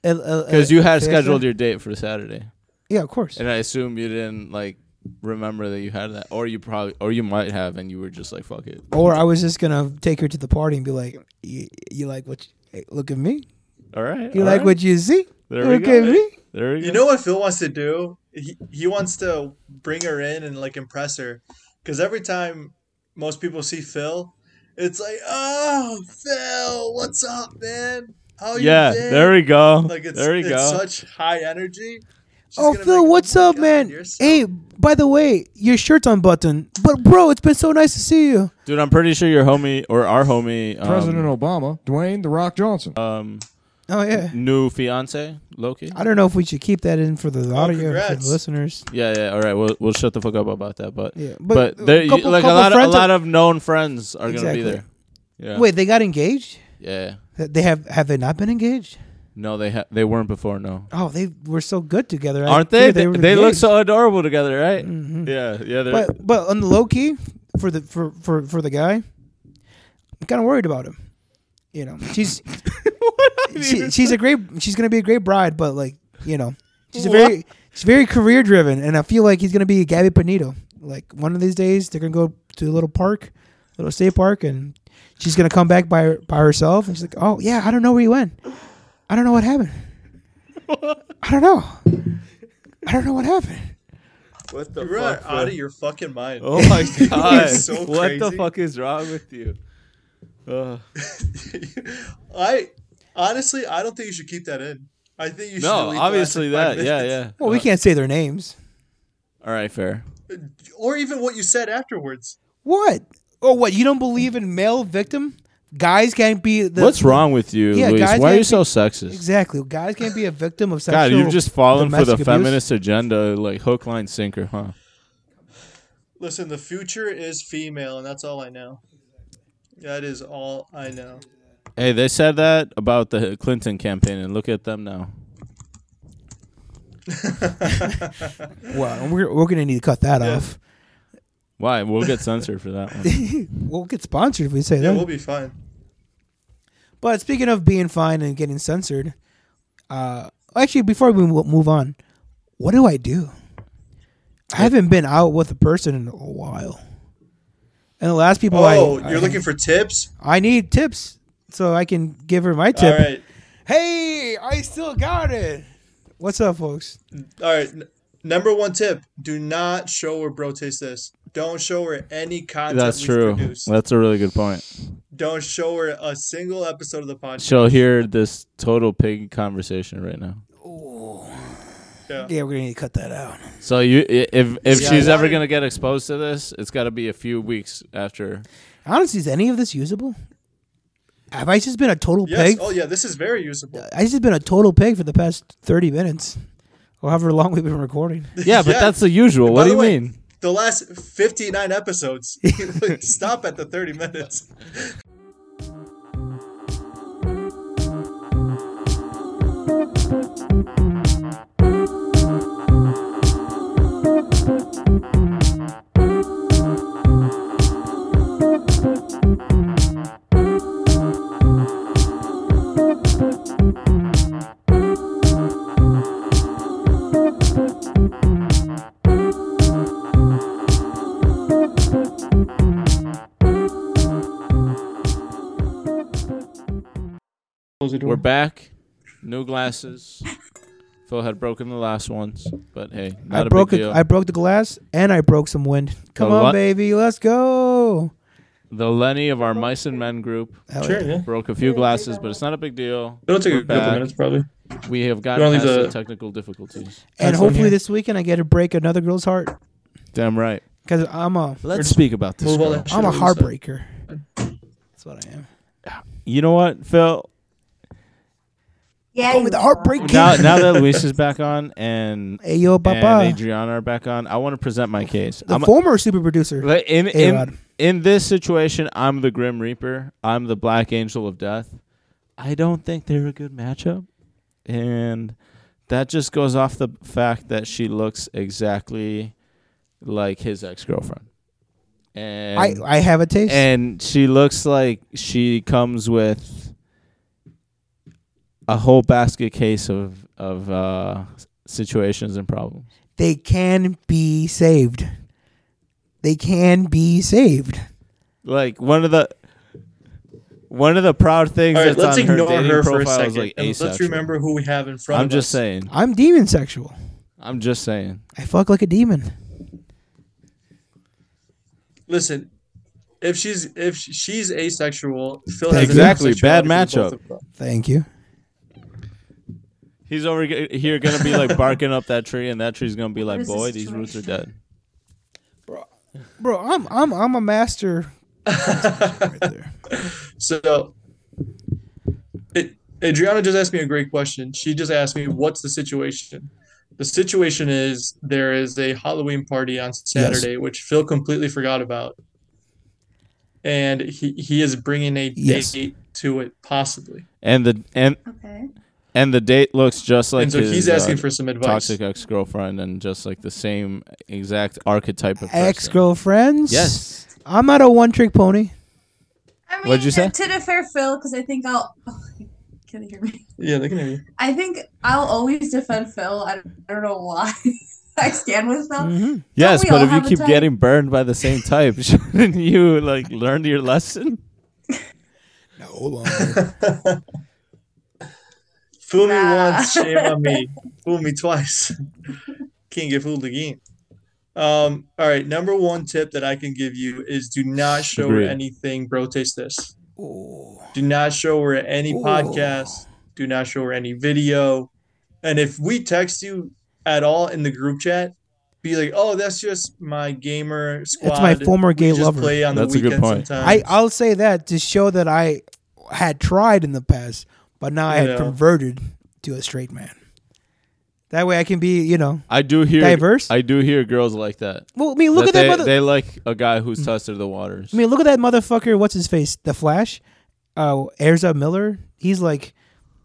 Speaker 3: Uh,
Speaker 2: because you had scheduled your date for Saturday,
Speaker 3: Yeah, of course.
Speaker 2: and I assume you didn't like remember that you had that, or you probably, or you might have, and you were just like, "Fuck it."
Speaker 3: Or I was just gonna take her to the party and be like, "You, you like what? You, hey, look at me.
Speaker 2: All right.
Speaker 3: You like what you see?
Speaker 2: There we
Speaker 3: look
Speaker 2: go.
Speaker 3: at me."
Speaker 2: There we go.
Speaker 4: You know what Phil wants to do? He, he wants to bring her in and like impress her. Because every time most people see Phil, it's like, oh, Phil, what's up, man? How you
Speaker 2: yeah.
Speaker 4: been?"
Speaker 2: There we go.
Speaker 4: Like it's,
Speaker 2: there we
Speaker 4: it's
Speaker 2: go.
Speaker 4: such high energy. She's
Speaker 3: Oh,
Speaker 4: gonna be like,
Speaker 3: Phil, what's
Speaker 4: my
Speaker 3: up,
Speaker 4: God,
Speaker 3: man?
Speaker 4: you're so
Speaker 3: Hey, by the way, your shirt's unbuttoned. But bro, it's been so nice to see you.
Speaker 2: Dude, I'm pretty sure your homie or our homie, um,
Speaker 6: President Obama, Dwayne The Rock Johnson.
Speaker 3: Oh yeah.
Speaker 2: new fiance, Loki.
Speaker 3: I don't know if we should keep that in for the audio for
Speaker 4: congrats.
Speaker 3: the listeners.
Speaker 2: Yeah, yeah. All right, we'll we'll shut the fuck up about that. But
Speaker 3: Yeah, but
Speaker 2: but, there,
Speaker 3: a
Speaker 2: you-
Speaker 3: couple-
Speaker 2: like a
Speaker 3: couple
Speaker 2: lot, of, a
Speaker 3: friends are-
Speaker 2: lot of known friends are
Speaker 3: Exactly.
Speaker 2: gonna be there. Yeah.
Speaker 3: Wait, they got engaged?
Speaker 2: Yeah.
Speaker 3: Th- They have have they not been engaged?
Speaker 2: No, they ha- they weren't before. No.
Speaker 3: Oh, they were so good together. I
Speaker 2: aren't they?
Speaker 3: figured
Speaker 2: They,
Speaker 3: were
Speaker 2: they look
Speaker 3: engaged.
Speaker 2: so adorable together, right? Yeah, yeah. They're,
Speaker 3: But but on the low key for the for for for the guy, I'm kind of worried about him. You know, she's she, she's a great she's gonna be a great bride, but like you know, she's a very she's very career driven, and I feel like he's gonna be a Gabby Panito. Like one of these days, they're gonna go to a little park, little state park, and she's gonna come back by her- by herself, and she's like, oh yeah, I don't know where you went, I don't know what happened, I don't know. I don't know what happened.
Speaker 7: What the
Speaker 4: You're
Speaker 7: fuck?
Speaker 4: out
Speaker 7: bro?
Speaker 4: of your fucking mind.
Speaker 7: Oh my god!
Speaker 4: so
Speaker 7: what the
Speaker 4: crazy.
Speaker 7: fuck is wrong with you? Ugh.
Speaker 4: I honestly, I don't think you should keep that in. I think you should.
Speaker 7: no,
Speaker 4: delete the last,
Speaker 7: obviously
Speaker 4: like,
Speaker 7: that.
Speaker 4: five
Speaker 7: Yeah,
Speaker 4: minutes.
Speaker 7: yeah.
Speaker 3: Well, we can't say their names.
Speaker 7: All right, fair.
Speaker 4: Or even what you said afterwards.
Speaker 3: What? Oh, what? You don't believe in male victim? Guys can't be the
Speaker 2: What's wrong with you,
Speaker 3: Yeah,
Speaker 2: Luis?
Speaker 3: guys
Speaker 2: Why are you so
Speaker 3: gotta
Speaker 2: sexist?
Speaker 3: Exactly. Guys can't be a victim of
Speaker 2: God,
Speaker 3: sexual.
Speaker 2: you've just fallen for the
Speaker 3: domestic abuse?
Speaker 2: feminist agenda, like hook, line, sinker, huh?
Speaker 4: Listen, the future is female, and that's all I know. That is all I know.
Speaker 2: Hey, they said that about the Clinton campaign, and look at them now.
Speaker 3: Well, we're we're gonna need to cut that off.
Speaker 2: Why? We'll get censored for that one.
Speaker 3: We'll get sponsored if we say
Speaker 4: Yeah,
Speaker 3: that.
Speaker 4: we'll be fine.
Speaker 3: But speaking of being fine and getting censored, uh, actually, before we mo- move on, what do I do? I haven't been out with a person in a while, and the last people I
Speaker 4: Oh,
Speaker 3: I-
Speaker 4: you're looking for tips?
Speaker 3: I need tips so I can give her my
Speaker 4: All
Speaker 3: tip.
Speaker 4: right.
Speaker 3: Hey, I still got it. What's up, folks?
Speaker 4: All right. n- Number one tip: Do not show her bro taste this. Don't show her any content.
Speaker 2: That's
Speaker 4: we've
Speaker 2: true.
Speaker 4: produced.
Speaker 2: That's a really good point.
Speaker 4: Don't show her a single episode of the podcast.
Speaker 2: She'll hear this total pig conversation right now.
Speaker 3: Yeah, we're gonna need to cut that out.
Speaker 2: So you, i- if if
Speaker 4: Yeah,
Speaker 2: she's ever
Speaker 4: why-
Speaker 2: gonna get exposed to this, it's got to be a few weeks after.
Speaker 3: Honestly, is any of this usable? Have I just been a total
Speaker 4: Yes.
Speaker 3: pig?
Speaker 4: Oh yeah, this is very usable.
Speaker 3: I just been a total pig for the past thirty minutes, or however long we've been recording.
Speaker 2: Yeah, but
Speaker 4: Yeah.
Speaker 2: that's the usual. What
Speaker 4: By
Speaker 2: do
Speaker 4: the
Speaker 2: you
Speaker 4: way,
Speaker 2: mean?
Speaker 4: The last 59 episodes. Stop at the 30 minutes.
Speaker 2: We're back. New glasses. Phil had broken the last ones, but hey, not
Speaker 3: I
Speaker 2: a
Speaker 3: broke
Speaker 2: big
Speaker 3: a,
Speaker 2: deal.
Speaker 3: I broke the glass and I broke some wind. Come on,
Speaker 2: lot-
Speaker 3: baby, let's go.
Speaker 2: the Lenny of our mice and men group
Speaker 3: Hell yeah.
Speaker 4: yeah.
Speaker 2: broke a few glasses, but it's not a big deal.
Speaker 4: It'll take
Speaker 2: We're
Speaker 4: a couple
Speaker 2: back.
Speaker 4: minutes, probably.
Speaker 2: We have
Speaker 4: You
Speaker 2: gotten
Speaker 4: wanna leave
Speaker 2: past the
Speaker 4: the-
Speaker 2: technical difficulties.
Speaker 3: And
Speaker 4: That's on
Speaker 3: hopefully
Speaker 4: here.
Speaker 3: this weekend I get to break another girl's heart
Speaker 2: Damn right.
Speaker 3: because I'm a
Speaker 2: Let's speak about this.
Speaker 4: Move all
Speaker 2: girl.
Speaker 4: that shit
Speaker 3: I'm a
Speaker 4: over to the side.
Speaker 3: heartbreaker. That's what I am.
Speaker 2: You know what, Phil?
Speaker 8: Yeah,
Speaker 3: Call
Speaker 8: you
Speaker 3: me the
Speaker 8: are.
Speaker 3: heartbreaker.
Speaker 2: Now, now that Luis is back on and
Speaker 3: hey yo,
Speaker 2: and
Speaker 3: papa,
Speaker 2: Adriana are back on, I want to present my case.
Speaker 3: the
Speaker 2: I'm a-
Speaker 3: former super producer.
Speaker 2: Like, in
Speaker 3: Rod.
Speaker 2: in, in this situation, I'm the Grim Reaper. I'm the Black Angel of Death. I don't think they're a good matchup, and that just goes off the fact that she looks exactly like his ex girlfriend, and
Speaker 3: I I have a taste.
Speaker 2: and she looks like she comes with a whole basket case of of uh, s- situations and problems.
Speaker 3: they can be saved. They can be saved.
Speaker 2: like one of the one of the proud things
Speaker 4: All right,
Speaker 2: that's
Speaker 4: let's
Speaker 2: on her
Speaker 4: ignore
Speaker 2: dating
Speaker 4: her for a
Speaker 2: profile is
Speaker 4: second.
Speaker 2: like
Speaker 4: and
Speaker 2: asexual.
Speaker 4: let's remember who we have in front
Speaker 2: I'm
Speaker 4: of
Speaker 2: just
Speaker 4: us.
Speaker 2: saying.
Speaker 3: I'm demon sexual.
Speaker 2: I'm just saying.
Speaker 3: I fuck like a demon.
Speaker 4: Listen, if she's if sh- she's asexual, Phil has
Speaker 2: Exactly,
Speaker 4: an
Speaker 2: bad
Speaker 4: asexuality for
Speaker 2: matchup.
Speaker 4: both of them.
Speaker 3: Thank you.
Speaker 2: He's over g- here gonna be like barking up that tree, and that tree's gonna be like,
Speaker 8: is the
Speaker 2: "Boy, these roots are dead."
Speaker 3: Bro, I'm I'm I'm a master. right there.
Speaker 4: So, it, Adriana just asked me a great question. She just asked me, "What's the situation?" The situation is there is a Halloween party on Saturday, which Phil completely forgot about, and he he is bringing a
Speaker 3: Yes.
Speaker 4: date to it possibly.
Speaker 2: And the and
Speaker 8: Okay.
Speaker 2: and the date looks just like
Speaker 4: and so
Speaker 2: his,
Speaker 4: he's asking
Speaker 2: uh,
Speaker 4: for some advice.
Speaker 2: toxic ex girlfriend, and just like the same exact archetype of person.
Speaker 3: Ex girlfriends.
Speaker 2: Yes.
Speaker 3: I'm not a one trick pony.
Speaker 8: I mean,
Speaker 2: What'd you say?
Speaker 8: To the fair, Phil, because I think I'll. Oh, can you hear me?
Speaker 4: Yeah, they can hear you.
Speaker 8: I think I'll always defend Phil. I don't, I don't know why. I stand with Phil.
Speaker 2: Yes,
Speaker 8: we
Speaker 2: but
Speaker 8: all
Speaker 2: if you
Speaker 8: have a
Speaker 2: keep
Speaker 8: type?
Speaker 2: getting burned by the same type, shouldn't you like learn your lesson?
Speaker 4: Fool me
Speaker 8: Nah.
Speaker 4: once, shame on me. Fool me twice. Can't get fooled again. Um, all right, number one tip that I can give you is do not show her
Speaker 2: Agreed.
Speaker 4: anything, bro. Taste this. Do not show her any podcast. Do not show her any video. And if we text you at all in the group chat, be like, "Oh, that's just my gamer squad.
Speaker 3: my former
Speaker 4: We
Speaker 3: gay
Speaker 4: just uh,
Speaker 3: lover."
Speaker 4: Play on
Speaker 2: That's a
Speaker 4: the
Speaker 2: good
Speaker 4: weekend
Speaker 2: point.
Speaker 4: sometimes."
Speaker 3: I I'll say that to show that I had tried in the past, but now I
Speaker 4: Yeah.
Speaker 3: had converted to a straight man. That way I can be, you know.
Speaker 2: I do hear
Speaker 3: Diverse?
Speaker 2: I do hear girls like that.
Speaker 3: Well, I mean, look at
Speaker 2: they,
Speaker 3: that mother. Mm.
Speaker 2: they like a guy who's tested the waters.
Speaker 3: I mean, look at that motherfucker. What's his face? The Flash, uh, Erza Miller. He's like,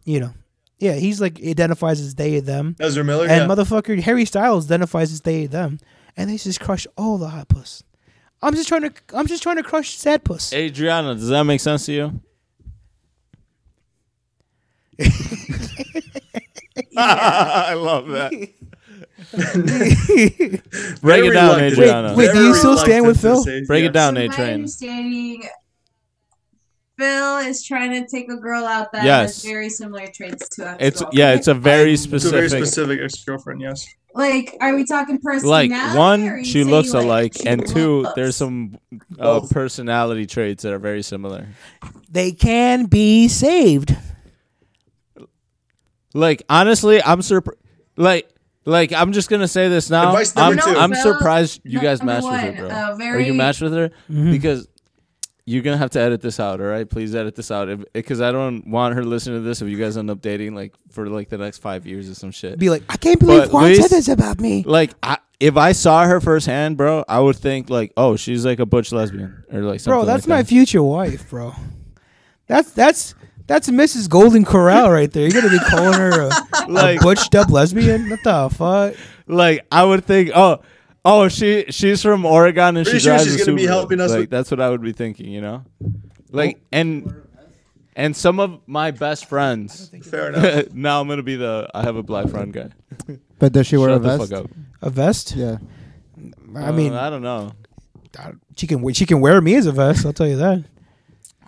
Speaker 3: you know, yeah, he's like identifies as they them,
Speaker 4: Ezra Miller.
Speaker 3: and
Speaker 4: yeah.
Speaker 3: motherfucker Harry Styles identifies as they them, and they just crush all the hot puss. I'm just trying to, I'm just trying to crush sad puss.
Speaker 2: Adriana, does that make sense to you? I love that. Break it down,
Speaker 4: Very reluctant.
Speaker 2: Adriana.
Speaker 3: Wait, do
Speaker 4: Very
Speaker 3: you still stand
Speaker 4: reluctant
Speaker 3: with
Speaker 4: to
Speaker 3: Phil?
Speaker 4: say
Speaker 2: Break
Speaker 4: yes.
Speaker 2: it down,
Speaker 8: So
Speaker 2: A
Speaker 8: my
Speaker 2: Train.
Speaker 8: understanding, Phil is trying to take a girl out that
Speaker 2: Yes.
Speaker 8: has very similar traits to us.
Speaker 2: It's yeah, it's a very
Speaker 4: It's a very
Speaker 2: specific.
Speaker 4: specific ex girlfriend. Yes.
Speaker 8: like, are we talking personality?
Speaker 2: Like
Speaker 8: or
Speaker 2: one,
Speaker 8: you
Speaker 2: she
Speaker 8: say
Speaker 2: looks
Speaker 8: you like
Speaker 2: alike,
Speaker 8: cute
Speaker 2: and two,
Speaker 8: looks?
Speaker 2: there's some uh,
Speaker 4: Both.
Speaker 2: personality traits that are very similar.
Speaker 3: They can be saved.
Speaker 2: Like honestly, I'm surprised. Like, like I'm just gonna say this now.
Speaker 4: Advice
Speaker 2: I'm,
Speaker 4: number two.
Speaker 2: I'm
Speaker 8: Well,
Speaker 2: surprised you guys
Speaker 8: number
Speaker 2: matched with her,
Speaker 8: one,
Speaker 2: bro.
Speaker 8: uh,
Speaker 2: Are you
Speaker 8: very-
Speaker 2: matched with her? Because you're gonna have to edit this out. All right, please edit this out because I don't want her listening to this. If you guys end up dating like for like the next five years or some shit.
Speaker 3: Be like, I can't believe
Speaker 2: But
Speaker 3: Juan
Speaker 2: Luis-
Speaker 3: said this about me.
Speaker 2: Like, I, if I saw her firsthand, bro, I would think like, oh, she's like a butch lesbian or like something.
Speaker 3: Bro, that's
Speaker 2: like
Speaker 3: my
Speaker 2: that.
Speaker 3: future wife, bro. That's that's that's Mrs. Golden Corral right there. You're gonna be calling her a,
Speaker 2: Like-
Speaker 3: a butched up lesbian? What the fuck?
Speaker 2: like I would think, oh, oh, she she's from Oregon and
Speaker 4: Pretty
Speaker 2: she
Speaker 4: sure
Speaker 2: drives
Speaker 4: she's
Speaker 2: a
Speaker 4: gonna be
Speaker 2: Subaru.
Speaker 4: helping us
Speaker 2: Like
Speaker 4: with-
Speaker 2: that's what I would be thinking, you know, like and and some of my best friends.
Speaker 4: Fair enough.
Speaker 2: now I'm gonna be the I have a black friend guy.
Speaker 5: But does she wear
Speaker 2: Shut
Speaker 5: a
Speaker 2: the
Speaker 5: vest?
Speaker 2: fuck up. Uh,
Speaker 3: A vest?
Speaker 5: Yeah.
Speaker 3: I mean,
Speaker 2: I don't know.
Speaker 3: she can we- she can wear me as a vest. I'll tell you that.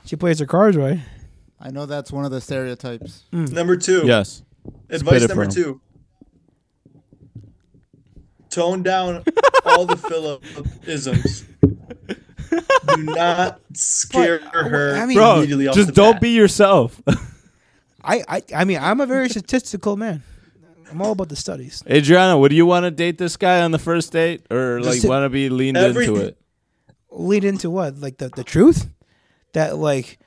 Speaker 3: She plays her cards right.
Speaker 5: I know that's one of the stereotypes.
Speaker 4: Number two.
Speaker 2: Yes,
Speaker 4: Advice
Speaker 2: Spit it
Speaker 4: number
Speaker 2: for
Speaker 4: two. Tone down all the Philipisms. Do not scare her
Speaker 3: uh, I mean-
Speaker 2: bro.
Speaker 4: immediately off
Speaker 2: Just
Speaker 4: the
Speaker 2: don't
Speaker 4: bat.
Speaker 2: be yourself.
Speaker 3: I, I I mean, I'm a very statistical man. I'm all about the studies.
Speaker 2: Adriana, would you want to date this guy on the first date, or like
Speaker 3: to-
Speaker 2: want to be leaned
Speaker 4: Every-
Speaker 2: into it?
Speaker 3: Lead into what? Like the, the truth? That like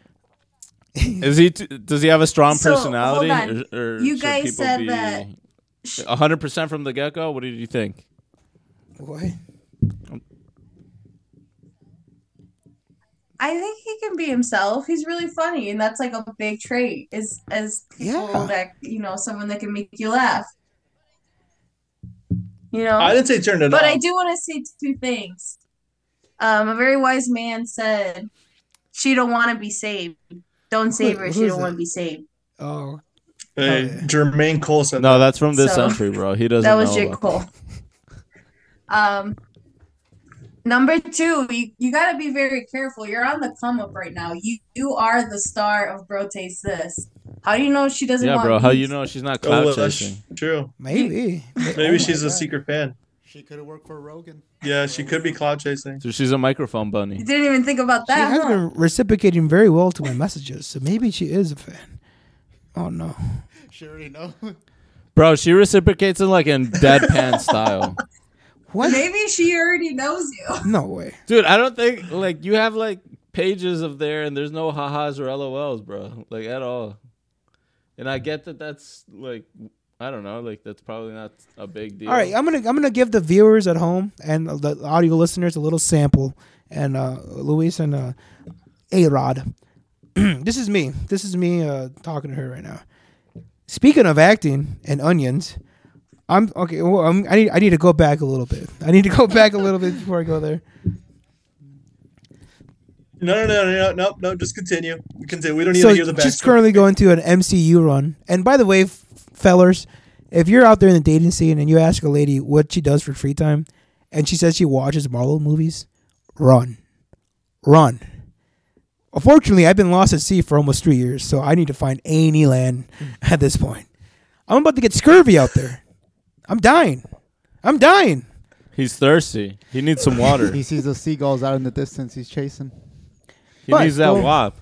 Speaker 2: Is he? T- does he have a strong
Speaker 8: So, hold
Speaker 2: personality?
Speaker 8: on.
Speaker 2: Or, or
Speaker 8: You
Speaker 2: should
Speaker 8: guys
Speaker 2: people
Speaker 8: said
Speaker 2: be
Speaker 8: that-
Speaker 2: 100% from the get go. What did you think?
Speaker 3: what?
Speaker 8: I think he can be himself. He's really funny, and that's like a big trait. Is as people
Speaker 3: Yeah.
Speaker 8: that you know, someone that can make you laugh. You know,
Speaker 4: I didn't say turn it
Speaker 8: but
Speaker 4: off.
Speaker 8: I do want to say two things. Um, a very wise man said, "She don't want to be saved. Don't save her.
Speaker 3: who
Speaker 8: She
Speaker 3: is
Speaker 8: don't
Speaker 3: that?
Speaker 8: want to be saved."
Speaker 3: Oh,
Speaker 4: Hey, Jermaine Cole said
Speaker 2: No, that's from this
Speaker 8: So,
Speaker 2: century, bro. He doesn't
Speaker 8: That was
Speaker 2: know.
Speaker 8: J.
Speaker 2: about-
Speaker 8: Cole. um, number two, you, you got to be very careful. You're on the come up right now. You you are the star of Bro Taste This. How do you know she doesn't
Speaker 2: Yeah,
Speaker 8: want
Speaker 2: bro. How
Speaker 8: these?
Speaker 2: you know she's not
Speaker 4: that. Oh,
Speaker 2: cloud
Speaker 4: well, that's
Speaker 2: chasing?
Speaker 4: true.
Speaker 3: maybe.
Speaker 8: Hmm.
Speaker 4: Maybe she's a secret fan.
Speaker 5: She could have worked for Rogan.
Speaker 4: Yeah, she could be cloud chasing.
Speaker 2: So she's a microphone bunny.
Speaker 8: You didn't even think about
Speaker 3: She
Speaker 8: that.
Speaker 3: has
Speaker 8: huh?
Speaker 3: been reciprocating very well to my messages, so maybe she is a fan. Oh no.
Speaker 5: She already know.
Speaker 2: Bro, she reciprocates in like in deadpan style.
Speaker 3: What?
Speaker 8: Maybe she already knows you.
Speaker 3: No way.
Speaker 2: Dude, I don't think like you have like pages of there and there's no ha-has or LOLs, bro. Like at all. And I get that that's like I don't know, like that's probably not a big deal.
Speaker 3: All right, I'm gonna I'm gonna give the viewers at home and the audio listeners a little sample, and uh, Luis and uh, A Rod. this is me. This is me uh, talking to her right now. Speaking of acting and onions, I'm okay. Well, I'm, I need I need to go back a little bit. I need to go back a little bit before I go there.
Speaker 4: No, no, no, no, no, no, no. Just continue. We continue. We don't need
Speaker 3: so
Speaker 4: to hear the back.
Speaker 3: just currently going to an MCU run. And by the way, f- fellers, if you're out there in the dating scene and you ask a lady what she does for free time, and she says she watches Marvel movies, run, run. Unfortunately, I've been lost at sea for almost three years, so I need to find any
Speaker 4: Hmm.
Speaker 3: land at this point. I'm about to get scurvy out there. I'm dying. I'm dying.
Speaker 2: He's thirsty. He needs some water.
Speaker 5: He sees the seagulls out in the distance. He's chasing.
Speaker 2: he
Speaker 3: But-
Speaker 2: needs that
Speaker 3: well-
Speaker 2: wop.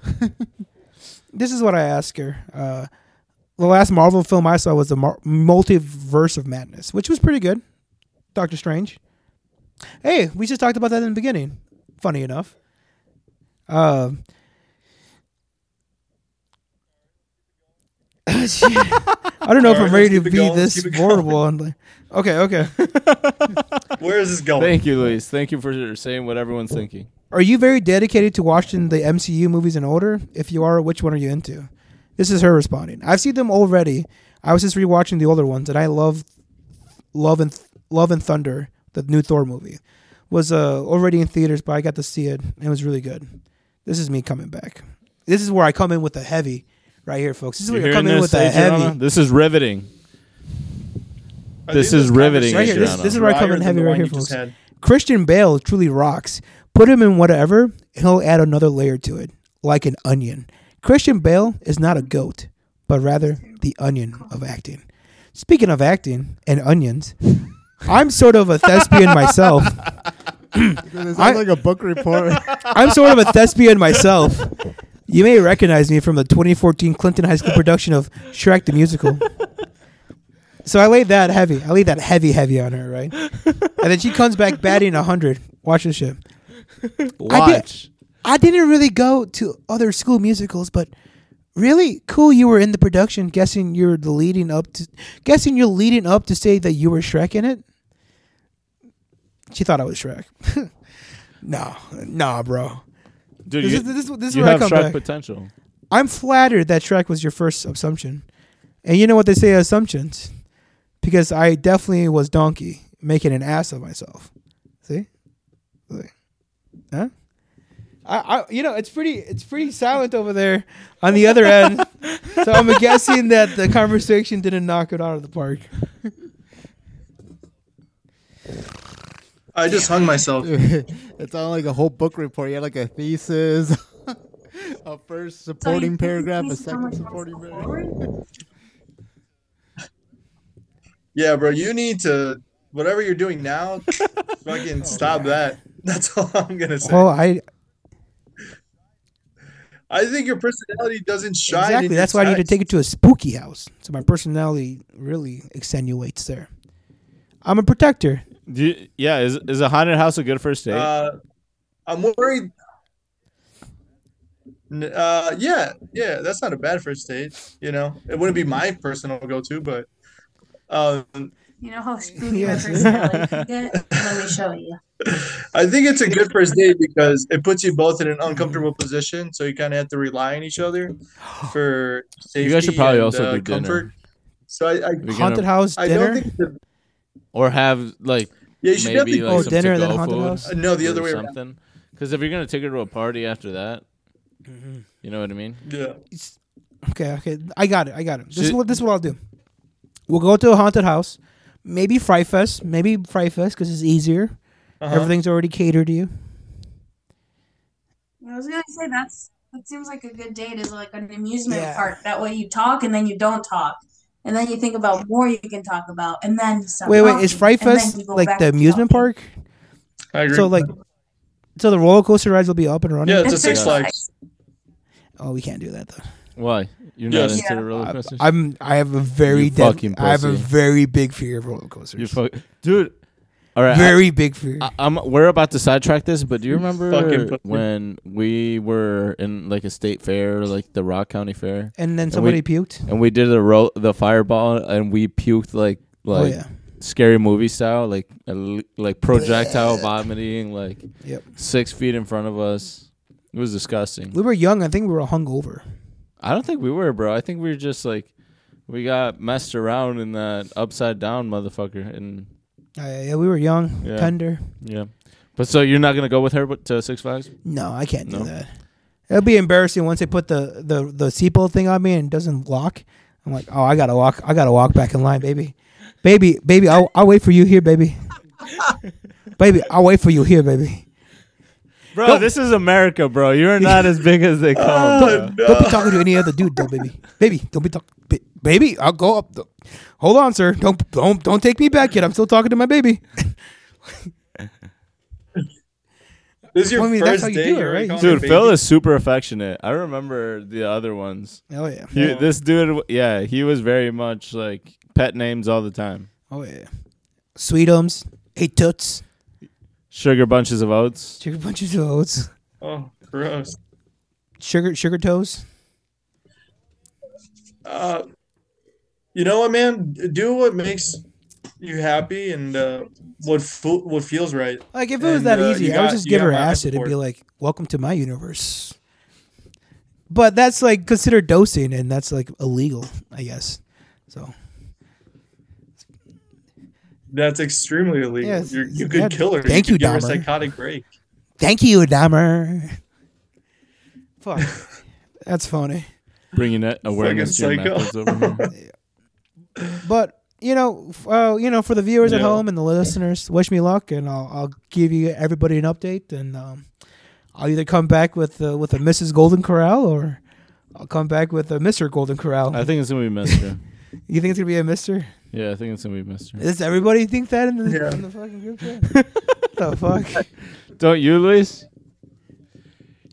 Speaker 3: This is what I ask her. Uh, the last Marvel film I saw was the Mar- Multiverse of Madness, which was pretty good. Doctor Strange. Hey, we just talked about that in the beginning. Funny enough. Uh, I don't know if
Speaker 4: All
Speaker 3: I'm
Speaker 4: right,
Speaker 3: ready to
Speaker 4: let's keep
Speaker 3: be
Speaker 4: it going,
Speaker 3: this
Speaker 4: keep it going.
Speaker 3: vulnerable. I'm like, okay, okay.
Speaker 4: Where is this going?
Speaker 2: Thank you, Luis. Thank you for saying what everyone's thinking.
Speaker 3: Are you very dedicated to watching the MCU movies in order? If you are, which one are you into? This is her responding. I've seen them already. I was just rewatching the older ones, and I love, love and love and thunder. The new Thor movie was uh, already in theaters, but I got to see it, and it was really good. This is me coming back. This is where I come in with the heavy, right here, folks. This is
Speaker 2: You
Speaker 3: where you
Speaker 2: hearing
Speaker 3: come in
Speaker 2: this,
Speaker 3: with the
Speaker 2: Adriana?
Speaker 3: heavy.
Speaker 2: This is riveting.
Speaker 4: I
Speaker 2: This
Speaker 4: think
Speaker 2: is riveting,
Speaker 3: Right here, this-
Speaker 2: Adriana.
Speaker 3: this is where I come
Speaker 4: drier
Speaker 3: in
Speaker 4: than
Speaker 3: heavy
Speaker 4: the
Speaker 3: right
Speaker 4: one
Speaker 3: here,
Speaker 4: you just
Speaker 3: folks.
Speaker 4: had.
Speaker 3: Christian Bale truly rocks. Put him in whatever, and he'll add another layer to it, like an onion. Christian Bale is not a goat, but rather the onion of acting. Speaking of acting and onions, I'm sort of a thespian myself.
Speaker 5: It's
Speaker 3: I-
Speaker 5: like a book report.
Speaker 3: I'm sort of a thespian myself. You may recognize me from the 2014 Clinton High School production of Shrek the Musical. So I laid that heavy. I laid that heavy, heavy on her, right? And then she comes back batting 100. Watch this shit.
Speaker 2: Watch.
Speaker 3: I didn't really go to other school musicals, but really cool you were in the production guessing you're the leading up to guessing you're leading up to say that you were Shrek in it. She thought I was Shrek. nah, nah, bro.
Speaker 2: Dude,
Speaker 3: This
Speaker 2: you,
Speaker 3: is this, is- this is
Speaker 2: you
Speaker 3: where I
Speaker 2: have
Speaker 3: come
Speaker 2: shark
Speaker 3: back.
Speaker 2: potential.
Speaker 3: I'm flattered that Shrek was your first assumption. And you know what they say assumptions? Because I definitely was donkey making an ass of myself. See? See? Huh? I, I you know, it's pretty it's pretty silent over there on the other end. so I'm guessing that the conversation didn't knock it out of the park.
Speaker 4: I just hung myself.
Speaker 5: it's not like a whole book report. You had like a thesis, a first supporting
Speaker 8: you-
Speaker 5: paragraph,
Speaker 8: you
Speaker 5: a
Speaker 8: see how much
Speaker 5: second
Speaker 8: I was
Speaker 5: supporting paragraph.
Speaker 8: forward?
Speaker 4: Yeah, bro, you need to whatever you're doing now, fucking stop that. That's all I'm gonna say.
Speaker 3: Well, I
Speaker 4: I think your personality doesn't shine. in
Speaker 3: exactly
Speaker 4: your
Speaker 3: that's why I need to
Speaker 4: text.
Speaker 3: take it to a spooky house. So my personality really extenuates there. I'm a protector.
Speaker 2: Do you- yeah, is is a haunted house a good first date?
Speaker 4: Uh, I'm worried. N- Uh, yeah, yeah, that's not a bad first date. You know, it wouldn't be my personal go-to, but um,
Speaker 8: You know how spooky
Speaker 3: Yes.
Speaker 8: my personality can get? Let me show you.
Speaker 4: I think it's a good first date because it puts you both in an uncomfortable position, so you kind of have to rely on each other for safety
Speaker 2: You guys should probably
Speaker 4: and,
Speaker 2: also
Speaker 4: uh,
Speaker 2: do dinner.
Speaker 4: comfort. So I, I,
Speaker 2: We can
Speaker 3: haunted
Speaker 2: have-
Speaker 3: house
Speaker 4: I
Speaker 3: dinner.
Speaker 4: don't think the,
Speaker 2: or have like
Speaker 4: yeah, you should
Speaker 2: maybe
Speaker 4: definitely
Speaker 2: like
Speaker 3: Oh,
Speaker 2: some
Speaker 3: dinner and then
Speaker 2: to-go
Speaker 3: haunted
Speaker 2: food
Speaker 3: house?
Speaker 4: Uh, no, the other
Speaker 2: or
Speaker 4: way around.
Speaker 2: something. Because if you're gonna take her to a party after that, you know what I mean.
Speaker 4: yeah.
Speaker 3: It's- okay, okay. I got it. I got it. This is
Speaker 2: Should-
Speaker 3: what this is what I'll do. We'll go to a haunted house, maybe Fry Fest, maybe Fry Fest because it's easier.
Speaker 2: Uh-huh.
Speaker 3: Everything's already catered to you.
Speaker 8: I was gonna say that's that seems like a good date is like an amusement
Speaker 3: Yeah.
Speaker 8: park. That way you talk and then you don't talk. And then you think about more you can talk about, and then you stop
Speaker 3: Wait, wait. Is
Speaker 8: talking,
Speaker 3: Fry
Speaker 8: and then
Speaker 3: Fest
Speaker 8: you go
Speaker 3: like
Speaker 8: back
Speaker 3: the
Speaker 8: to
Speaker 3: amusement
Speaker 8: talking.
Speaker 3: park?
Speaker 4: I agree.
Speaker 3: So like, so the roller coaster rides will be up and running.
Speaker 4: yeah, it's a Six Flags.
Speaker 3: Oh, we can't do that though.
Speaker 2: Why? You're not
Speaker 4: Yes.
Speaker 2: into
Speaker 8: Yeah.
Speaker 2: the roller coasters.
Speaker 3: I'm I have a very
Speaker 2: You
Speaker 3: dead,
Speaker 2: fucking
Speaker 3: I have a
Speaker 2: pussy.
Speaker 3: very big fear of roller coasters.
Speaker 2: you fuck, dude. All right, I-
Speaker 3: very big fear.
Speaker 2: I, I'm we're about to sidetrack this, but do you
Speaker 4: Fucking
Speaker 2: remember
Speaker 4: pussy.
Speaker 2: when we were in like a state fair, like the Rock County Fair,
Speaker 3: and then
Speaker 2: we-
Speaker 3: somebody puked.
Speaker 2: and we did the ro- the fireball and we puked like
Speaker 3: Oh
Speaker 2: like
Speaker 3: yeah.
Speaker 2: scary movie style, like a l- like projectile vomiting, like
Speaker 3: Yep.
Speaker 2: six feet in front of us. It was disgusting.
Speaker 3: We were young. I think we were hungover.
Speaker 2: I don't think we were, bro. I think we were just like we got messed around in that upside down motherfucker, and
Speaker 3: Uh, yeah, we were young,
Speaker 2: Yeah.
Speaker 3: tender.
Speaker 2: yeah. But so you're not gonna go with her but- to Six Flags?
Speaker 3: No, I can't do
Speaker 2: No?
Speaker 3: that. It'll be embarrassing once they put the the the seatbelt thing on me and it doesn't lock. I'm like, oh, I gotta walk. I gotta walk back in line, baby, baby, baby. I'll I'll wait for you here, baby. baby, I'll wait for you here, baby.
Speaker 2: Bro, this is America, bro. You're not as big as they come.
Speaker 3: Oh. Don't be talking to any other dude, though, baby. Baby, don't be talking. baby, I'll go up. The, hold on, sir. Don't don't don't take me back yet. I'm still talking to my baby.
Speaker 4: This is your
Speaker 3: Well, I mean, that's
Speaker 4: first
Speaker 3: how you
Speaker 4: date,
Speaker 3: do it,
Speaker 4: you're already
Speaker 3: right?
Speaker 4: calling
Speaker 2: Dude,
Speaker 4: her
Speaker 2: Phil
Speaker 4: baby?
Speaker 2: is super affectionate. I remember the other ones.
Speaker 3: Oh yeah.
Speaker 2: He,
Speaker 4: Yeah.
Speaker 2: This dude, w- yeah, he was very much like pet names all the time.
Speaker 3: Oh yeah. Sweetums, eight toots,
Speaker 2: Sugar bunches of oats.
Speaker 3: sugar bunches of oats,
Speaker 4: Oh, gross.
Speaker 3: sugar sugar toes.
Speaker 4: Uh, you know what, man? Do what makes you happy and uh, what fo- what feels right.
Speaker 3: Like if it was
Speaker 4: And,
Speaker 3: that
Speaker 4: uh,
Speaker 3: easy,
Speaker 4: you
Speaker 3: I would
Speaker 4: got-
Speaker 3: just
Speaker 4: you
Speaker 3: give
Speaker 4: got
Speaker 3: her
Speaker 4: my
Speaker 3: acid and
Speaker 4: support.
Speaker 3: be like, "Welcome to my universe." But that's like considered dosing, and that's like illegal, I guess. So
Speaker 4: That's extremely illegal.
Speaker 3: Yes,
Speaker 4: You're, you
Speaker 3: it's
Speaker 4: could
Speaker 3: bad.
Speaker 4: kill her.
Speaker 3: Thank
Speaker 4: you.
Speaker 3: you,
Speaker 4: could give her a
Speaker 3: Dahmer.
Speaker 4: psychotic break.
Speaker 3: thank you, Dahmer. Fuck, that's funny.
Speaker 2: Bringing that awareness to your
Speaker 4: psycho.
Speaker 2: methods over here.
Speaker 3: But you know, f- uh, you know, for the viewers at
Speaker 4: Yeah.
Speaker 3: home and the listeners, wish me luck, and I'll, I'll give you everybody an update, and um, I'll either come back with uh, with a Mrs. Golden Corral or I'll come back with a Mister Golden Corral.
Speaker 4: Uh,
Speaker 2: I think it's gonna be Mister.
Speaker 3: you think it's gonna be a Mister?
Speaker 2: Yeah, I think it's gonna be Mister.
Speaker 3: Does everybody think that in the,
Speaker 4: Yeah.
Speaker 3: in the fucking group chat? the fuck?
Speaker 2: Don't you, Luis?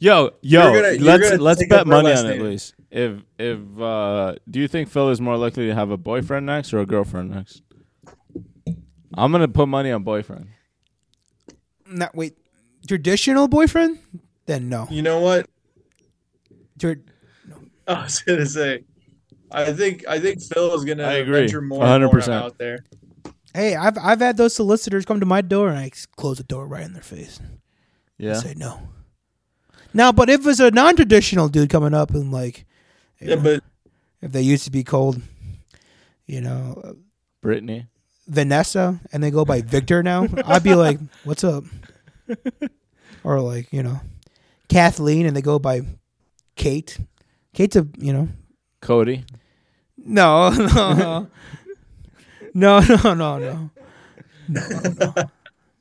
Speaker 2: Yo, yo,
Speaker 4: You're gonna- you're
Speaker 2: let's
Speaker 4: gonna
Speaker 2: let's
Speaker 4: take
Speaker 2: bet
Speaker 4: up her
Speaker 2: money
Speaker 4: last
Speaker 2: on it,
Speaker 4: name.
Speaker 2: Luis. If if uh, do you think Phil is more likely to have a boyfriend next or a girlfriend next? I'm gonna put money on boyfriend.
Speaker 3: Not wait, traditional boyfriend? Then no.
Speaker 4: You know what?
Speaker 3: Tr-
Speaker 4: I was gonna say. I think I think Phil is gonna
Speaker 2: I agree.
Speaker 4: venture more and more
Speaker 2: 100%.
Speaker 4: out there.
Speaker 3: hey, I've I've had those solicitors come to my door and I s- close the door right in their face. I
Speaker 2: Yeah,
Speaker 3: Say no. Now, but if it's a non-traditional dude coming up and like, you
Speaker 4: Yeah,
Speaker 3: know,
Speaker 4: but
Speaker 3: if they used to be called, you know, uh,
Speaker 2: Brittany.
Speaker 3: Vanessa, and they go by Victor now, I'd be like, "What's up?" or like, you know, Kathleen, and they go by Kate. Kate's a, you know,
Speaker 2: Cody.
Speaker 3: No, no, no, no, no, no.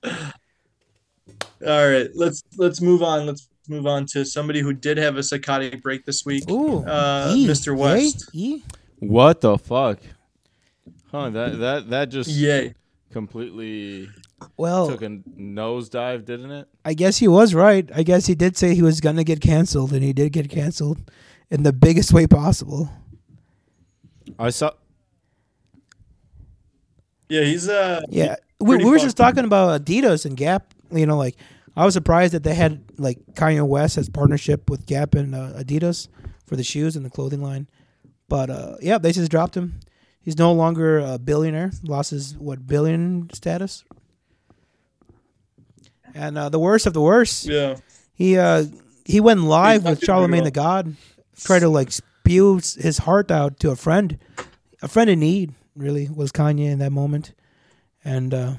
Speaker 4: all right, let's let's move on. Let's move on to somebody who did have a psychotic break this week.
Speaker 3: Ooh,
Speaker 4: Uh, Mr. West.
Speaker 3: E?
Speaker 2: What the fuck? Huh? That that that just
Speaker 4: Yay!
Speaker 2: completely
Speaker 3: Well,
Speaker 5: Oh.
Speaker 2: took a nosedive, didn't it?
Speaker 3: I guess he was right. I guess he did say he was gonna get canceled, and he did get canceled in the biggest way possible.
Speaker 2: I saw.
Speaker 4: Yeah, he's uh
Speaker 3: Yeah, we,
Speaker 4: pretty
Speaker 3: we were
Speaker 4: fucked
Speaker 3: just talking about Adidas and Gap. You know, like I was surprised that they had like Kanye West has partnership with Gap and uh, Adidas for the shoes and the clothing line. But uh, yeah, they just dropped him. He's no longer a billionaire. Lost his what billion status. And uh, the worst of the worst,
Speaker 4: yeah.
Speaker 3: he uh, he went live
Speaker 4: not
Speaker 3: with
Speaker 4: doing
Speaker 3: Charlemagne
Speaker 4: well.
Speaker 3: the God, tried to like spew s- his heart out to a friend, a friend in need. Really was Kanye in that moment, and uh,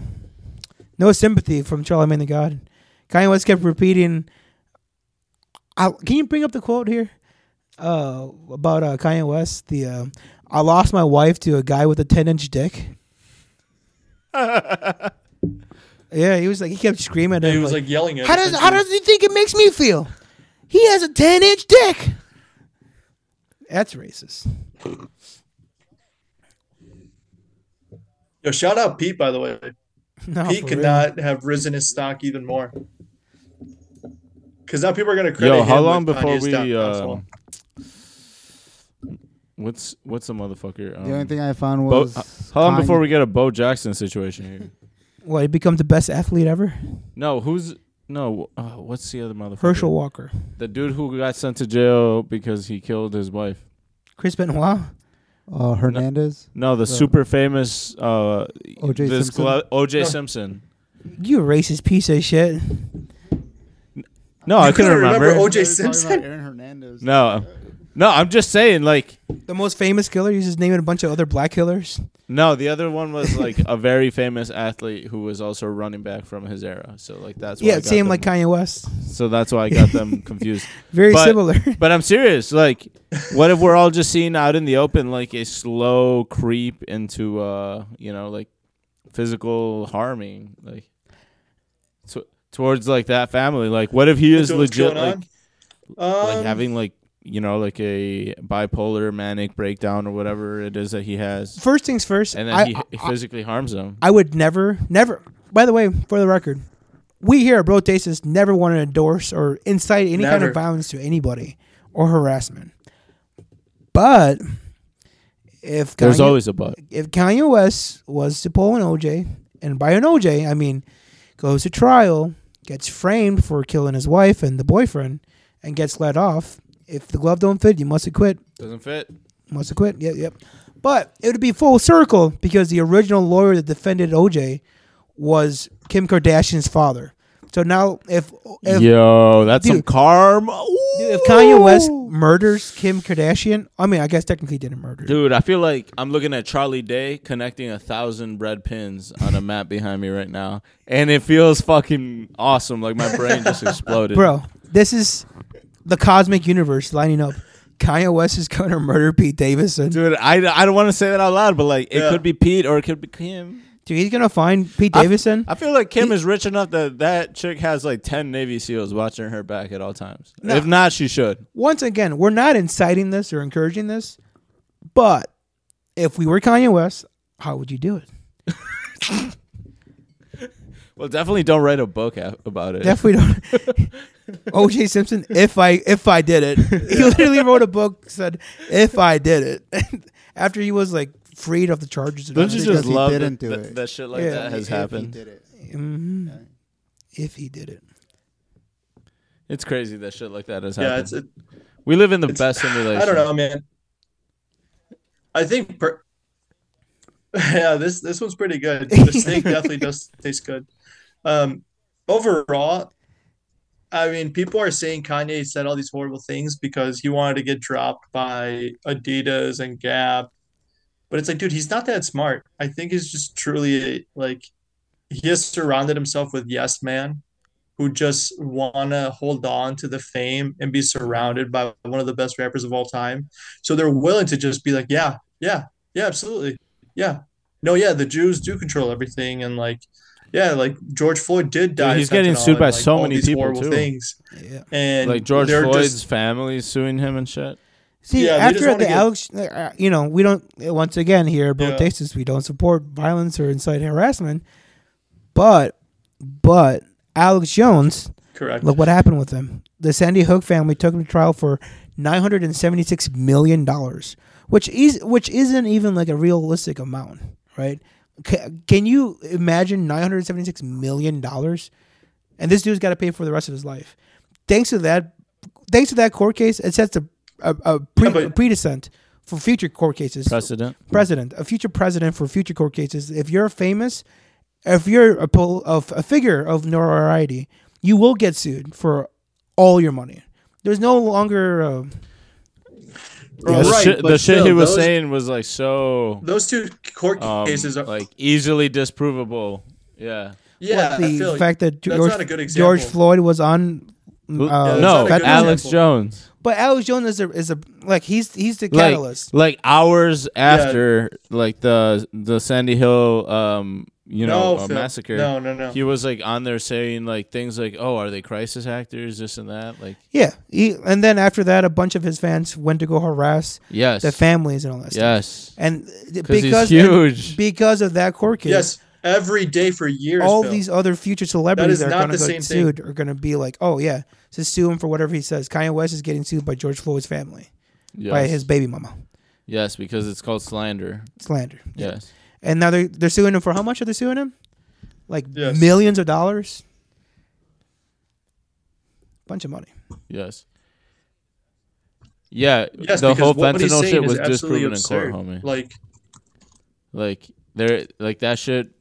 Speaker 3: no sympathy from Charlemagne the God. Kanye West kept repeating. I, can you bring up the quote here uh, about uh, Kanye West? The uh, I lost my wife to a guy with a ten inch dick. yeah, he was like he kept screaming. at
Speaker 4: He
Speaker 3: him,
Speaker 4: was like yelling at.
Speaker 3: how
Speaker 4: us,
Speaker 3: does
Speaker 4: like,
Speaker 3: how does he think it makes me feel? He has a ten inch dick. That's racist.
Speaker 4: Yo, shout out Pete by the way.
Speaker 3: No,
Speaker 4: Pete
Speaker 3: Oh, for
Speaker 4: could
Speaker 3: real.
Speaker 4: not have risen his stock even more. Because now people are gonna credit
Speaker 2: Yo,
Speaker 4: him
Speaker 2: how long
Speaker 4: with
Speaker 2: before
Speaker 4: Kanye's
Speaker 2: we?
Speaker 4: downfall.
Speaker 2: Uh, what's what's a motherfucker? Um,
Speaker 5: The only thing I found
Speaker 2: Bo-
Speaker 5: was
Speaker 2: uh, how long
Speaker 5: Kanye.
Speaker 2: before we get a Bo Jackson situation here?
Speaker 3: What? He becomes the best athlete ever.
Speaker 2: No, who's no? Uh, what's the other motherfucker?
Speaker 3: Herschel Walker,
Speaker 2: the dude who got sent to jail because he killed his wife.
Speaker 3: Chris Benoit.
Speaker 5: uh, Hernandez.
Speaker 2: No, the
Speaker 5: The-
Speaker 2: super famous uh,
Speaker 5: O.J.
Speaker 2: this
Speaker 5: Simpson?
Speaker 2: glo- OJ Simpson.
Speaker 3: You racist piece of shit.
Speaker 2: No, I couldn't
Speaker 4: couldn't remember
Speaker 2: remember.
Speaker 4: O.J.
Speaker 5: They were talking
Speaker 4: Simpson?
Speaker 5: about Aaron Hernandez.
Speaker 2: No, no, I'm just saying. Like,
Speaker 3: The most famous killer. He's just naming a bunch of other black killers.
Speaker 2: no, the other one was like a very famous athlete who was also a running back from his era. So like that's why I
Speaker 3: yeah,
Speaker 2: got
Speaker 3: same
Speaker 2: them-
Speaker 3: like Kanye West.
Speaker 2: So that's why I got them confused.
Speaker 3: Very
Speaker 2: But-
Speaker 3: similar.
Speaker 2: But I'm serious. Like, what if we're all just seeing out in the open like a slow creep into, uh, you know, like physical harming, like tw- towards like that family? Like, what if he is
Speaker 4: So what's
Speaker 2: legit
Speaker 4: going
Speaker 2: like
Speaker 4: on?
Speaker 2: like
Speaker 4: Um,
Speaker 2: having like you know, like a bipolar manic breakdown or whatever it is that he has,
Speaker 3: First things first,
Speaker 2: and then
Speaker 3: I,
Speaker 2: he, he physically harms them.
Speaker 3: I would never, never. By the way, for the record, we here at Brotasis never want to endorse or incite any kind
Speaker 4: Never.
Speaker 3: of violence to anybody or harassment. But if
Speaker 2: There's
Speaker 3: Kanye-
Speaker 2: always a but.
Speaker 3: if Kanye West was to pull an OJ, and by an OJ I mean goes to trial, gets framed for killing his wife and the boyfriend, and gets let off. If the glove don't fit, you must acquit.
Speaker 2: Doesn't fit.
Speaker 3: Must have quit. Yep, yep. But it would be full circle because the original lawyer that defended OJ was Kim Kardashian's father. So now, if if,
Speaker 2: Yo, that's some
Speaker 3: Dude.
Speaker 2: karma.
Speaker 3: dude, if Kanye West murders Kim Kardashian, I mean, I guess technically he didn't murder. her.
Speaker 2: Dude, I feel like I'm looking at Charlie Day connecting a thousand red pins on a map behind me right now, and it feels fucking awesome. Like my brain just exploded.
Speaker 3: Bro, this is the cosmic universe lining up. Kanye West is going to murder Pete Davidson. Dude,
Speaker 2: dude, I, I don't want to say that out loud, but like it
Speaker 4: Yeah.
Speaker 2: could be Pete or it could be Kim.
Speaker 3: he's going to find Pete Davidson.
Speaker 2: I feel like Kim is rich enough that that chick has like ten Navy SEALs watching her back at all times. If not, she should.
Speaker 3: Once again, we're not inciting this or encouraging this, but if we were Kanye West, how would you do it?
Speaker 2: Well, definitely don't write a book a- about it.
Speaker 3: Definitely don't. OJ Simpson, if I if I did it, he literally wrote a book said if I did it. After he was like freed of the charges. and
Speaker 2: Don't you
Speaker 3: everything,
Speaker 2: just
Speaker 5: Because he
Speaker 2: love
Speaker 5: didn't
Speaker 2: that,
Speaker 5: do
Speaker 2: that,
Speaker 5: it.
Speaker 2: that shit like
Speaker 3: Yeah.
Speaker 2: that has
Speaker 5: If he
Speaker 2: happened?
Speaker 5: did it.
Speaker 3: if he did it,
Speaker 2: It's crazy that shit like that has happened.
Speaker 4: Um, Yeah, it's it,
Speaker 2: we live in the
Speaker 4: it's-
Speaker 2: best simulation.
Speaker 4: I don't know, man. I think per- yeah, this this one's pretty good. The steak definitely does taste good. Um, overall, I mean, people are saying Kanye said all these horrible things because he wanted to get dropped by Adidas and Gap, but it's like, dude, he's not that smart. I think he's just truly like he has surrounded himself with yes man who just want to hold on to the fame and be surrounded by one of the best rappers of all time. So they're willing to just be like, yeah, yeah, yeah, absolutely. Yeah. No, yeah, the Jews do control everything. And like, yeah, like George Floyd did die.
Speaker 2: he's
Speaker 4: of
Speaker 2: getting
Speaker 4: fentanyl
Speaker 2: sued by
Speaker 4: and, like,
Speaker 2: so
Speaker 4: all
Speaker 2: many
Speaker 4: these
Speaker 2: people,
Speaker 4: horrible
Speaker 2: too.
Speaker 4: Things.
Speaker 3: yeah.
Speaker 4: And
Speaker 2: Like George
Speaker 4: they're
Speaker 2: Floyd's
Speaker 4: just-
Speaker 2: family suing him and shit.
Speaker 3: See,
Speaker 4: Yeah, they just
Speaker 3: after
Speaker 4: wanna
Speaker 3: the
Speaker 4: get-
Speaker 3: Alex, uh, you know, we don't. Once again, here at
Speaker 4: Yeah.
Speaker 3: Brotasis, we don't support violence or incite harassment. But, but Alex Jones,
Speaker 4: correct.
Speaker 3: look what happened with him. The Sandy Hook family took him to trial for nine hundred and seventy-six million dollars, which is which isn't even like a realistic amount, right? Ca can you imagine nine hundred seventy-six million dollars? And this dude's got to pay for the rest of his life. Thanks to that, thanks to that court case, it sets a a, a, pre,
Speaker 4: Yeah, but-
Speaker 3: a precedent for future court cases
Speaker 2: Precedent.
Speaker 3: president, a future president for future court cases. If you're famous, if you're a, pol- of a figure of notoriety, you will get sued for all your money. There's no longer. Uh,
Speaker 2: The
Speaker 4: Right,
Speaker 2: shit,
Speaker 4: but
Speaker 2: the shit
Speaker 4: still,
Speaker 2: he was
Speaker 4: those-
Speaker 2: saying was like so
Speaker 4: Those two court
Speaker 2: um,
Speaker 4: cases are
Speaker 2: like easily disprovable. Yeah.
Speaker 4: yeah,
Speaker 3: what, the
Speaker 4: I feel like
Speaker 3: fact that
Speaker 4: that's
Speaker 3: George,
Speaker 4: not a good
Speaker 3: George
Speaker 4: example.
Speaker 3: Floyd was on. Uh,
Speaker 2: no,
Speaker 4: that's not a good
Speaker 2: Alex
Speaker 4: example.
Speaker 2: Jones.
Speaker 3: but Alex Jones is a, is a like he's he's the
Speaker 2: Like,
Speaker 3: catalyst.
Speaker 2: like hours after like the the Sandy Hill um you know
Speaker 4: no,
Speaker 2: uh,
Speaker 4: Phil.
Speaker 2: massacre.
Speaker 4: No, no, no.
Speaker 2: He was like on there saying like things like, "Oh, are they crisis actors? This and that." Like,
Speaker 3: yeah, he, and then after that, a bunch of his fans went to go harass
Speaker 2: yes,
Speaker 3: the families and all that. stuff.
Speaker 2: yes,
Speaker 3: and
Speaker 2: because
Speaker 3: because
Speaker 2: he's
Speaker 3: and
Speaker 2: huge.
Speaker 3: because of that court case,
Speaker 4: yes, every day for years.
Speaker 3: all
Speaker 4: Phil.
Speaker 3: these other future celebrities that,
Speaker 4: That is
Speaker 3: are
Speaker 4: not
Speaker 3: going
Speaker 4: the
Speaker 3: to
Speaker 4: same
Speaker 3: get
Speaker 4: thing.
Speaker 3: sued are going to be like, oh yeah, just sue him for whatever he says. Kanye West is getting sued by George Floyd's family,
Speaker 2: yes.
Speaker 3: by his baby mama,
Speaker 2: yes, because it's called slander.
Speaker 3: slander.
Speaker 2: Yes,
Speaker 3: And now they're they're suing him for how much are they suing him? Like
Speaker 4: Yes.
Speaker 3: millions of dollars, bunch of money.
Speaker 2: yes, yeah.
Speaker 4: Yes,
Speaker 2: the
Speaker 4: because
Speaker 2: whole
Speaker 4: what he's
Speaker 2: fentanyl
Speaker 4: saying
Speaker 2: shit
Speaker 4: is
Speaker 2: was
Speaker 4: absolutely
Speaker 2: disproven in court,
Speaker 4: absurd.
Speaker 2: homie.
Speaker 4: Like,
Speaker 2: Like there, like that shit.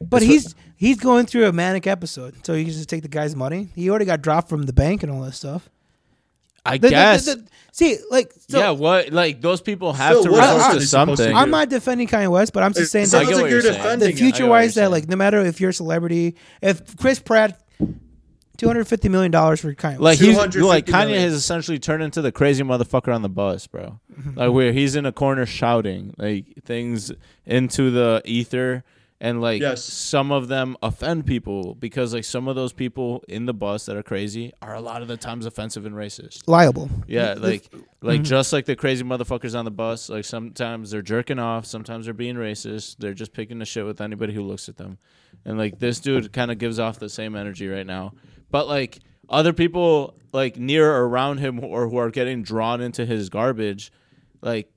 Speaker 3: But
Speaker 2: That's
Speaker 3: he's he's going through a manic episode, so you can just take the guy's money. He already got dropped from the bank and all that stuff.
Speaker 2: I
Speaker 3: The- the- the-
Speaker 2: guess.
Speaker 3: the- see, like, so
Speaker 2: yeah, what? Like those people have
Speaker 4: So
Speaker 2: to
Speaker 4: what
Speaker 2: resort
Speaker 3: else
Speaker 2: to
Speaker 4: is he supposed to
Speaker 2: something.
Speaker 4: do?
Speaker 3: I'm not defending Kanye West, but I'm
Speaker 4: it
Speaker 3: just saying.
Speaker 2: I
Speaker 4: sounds
Speaker 2: get
Speaker 4: like
Speaker 2: what
Speaker 4: you're
Speaker 2: you're saying.
Speaker 4: defending.
Speaker 3: the
Speaker 4: him.
Speaker 3: future
Speaker 2: what
Speaker 3: wise
Speaker 2: you're
Speaker 3: that like no matter if you're a celebrity if chris pratt 250 million dollars for kanye
Speaker 2: Like he's like
Speaker 4: 250
Speaker 2: Kanye
Speaker 4: million.
Speaker 2: has essentially turned into the crazy motherfucker on the bus, bro. Like where he's in a corner shouting like things into the ether and like
Speaker 4: Yes.
Speaker 2: some of them offend people because like some of those people in the bus that are crazy are a lot of the times offensive and racist.
Speaker 3: Liable.
Speaker 2: Yeah, like like just like the crazy motherfuckers on the bus, like sometimes they're jerking off, sometimes they're being racist, they're just picking a shit with anybody who looks at them. And like this dude kind of gives off the same energy right now. But like other people like near or around him or who are getting drawn into his garbage, like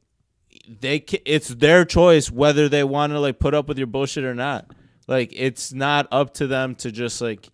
Speaker 2: they ca- it's their choice whether they want to like put up with your bullshit or not. Like it's not up to them to just like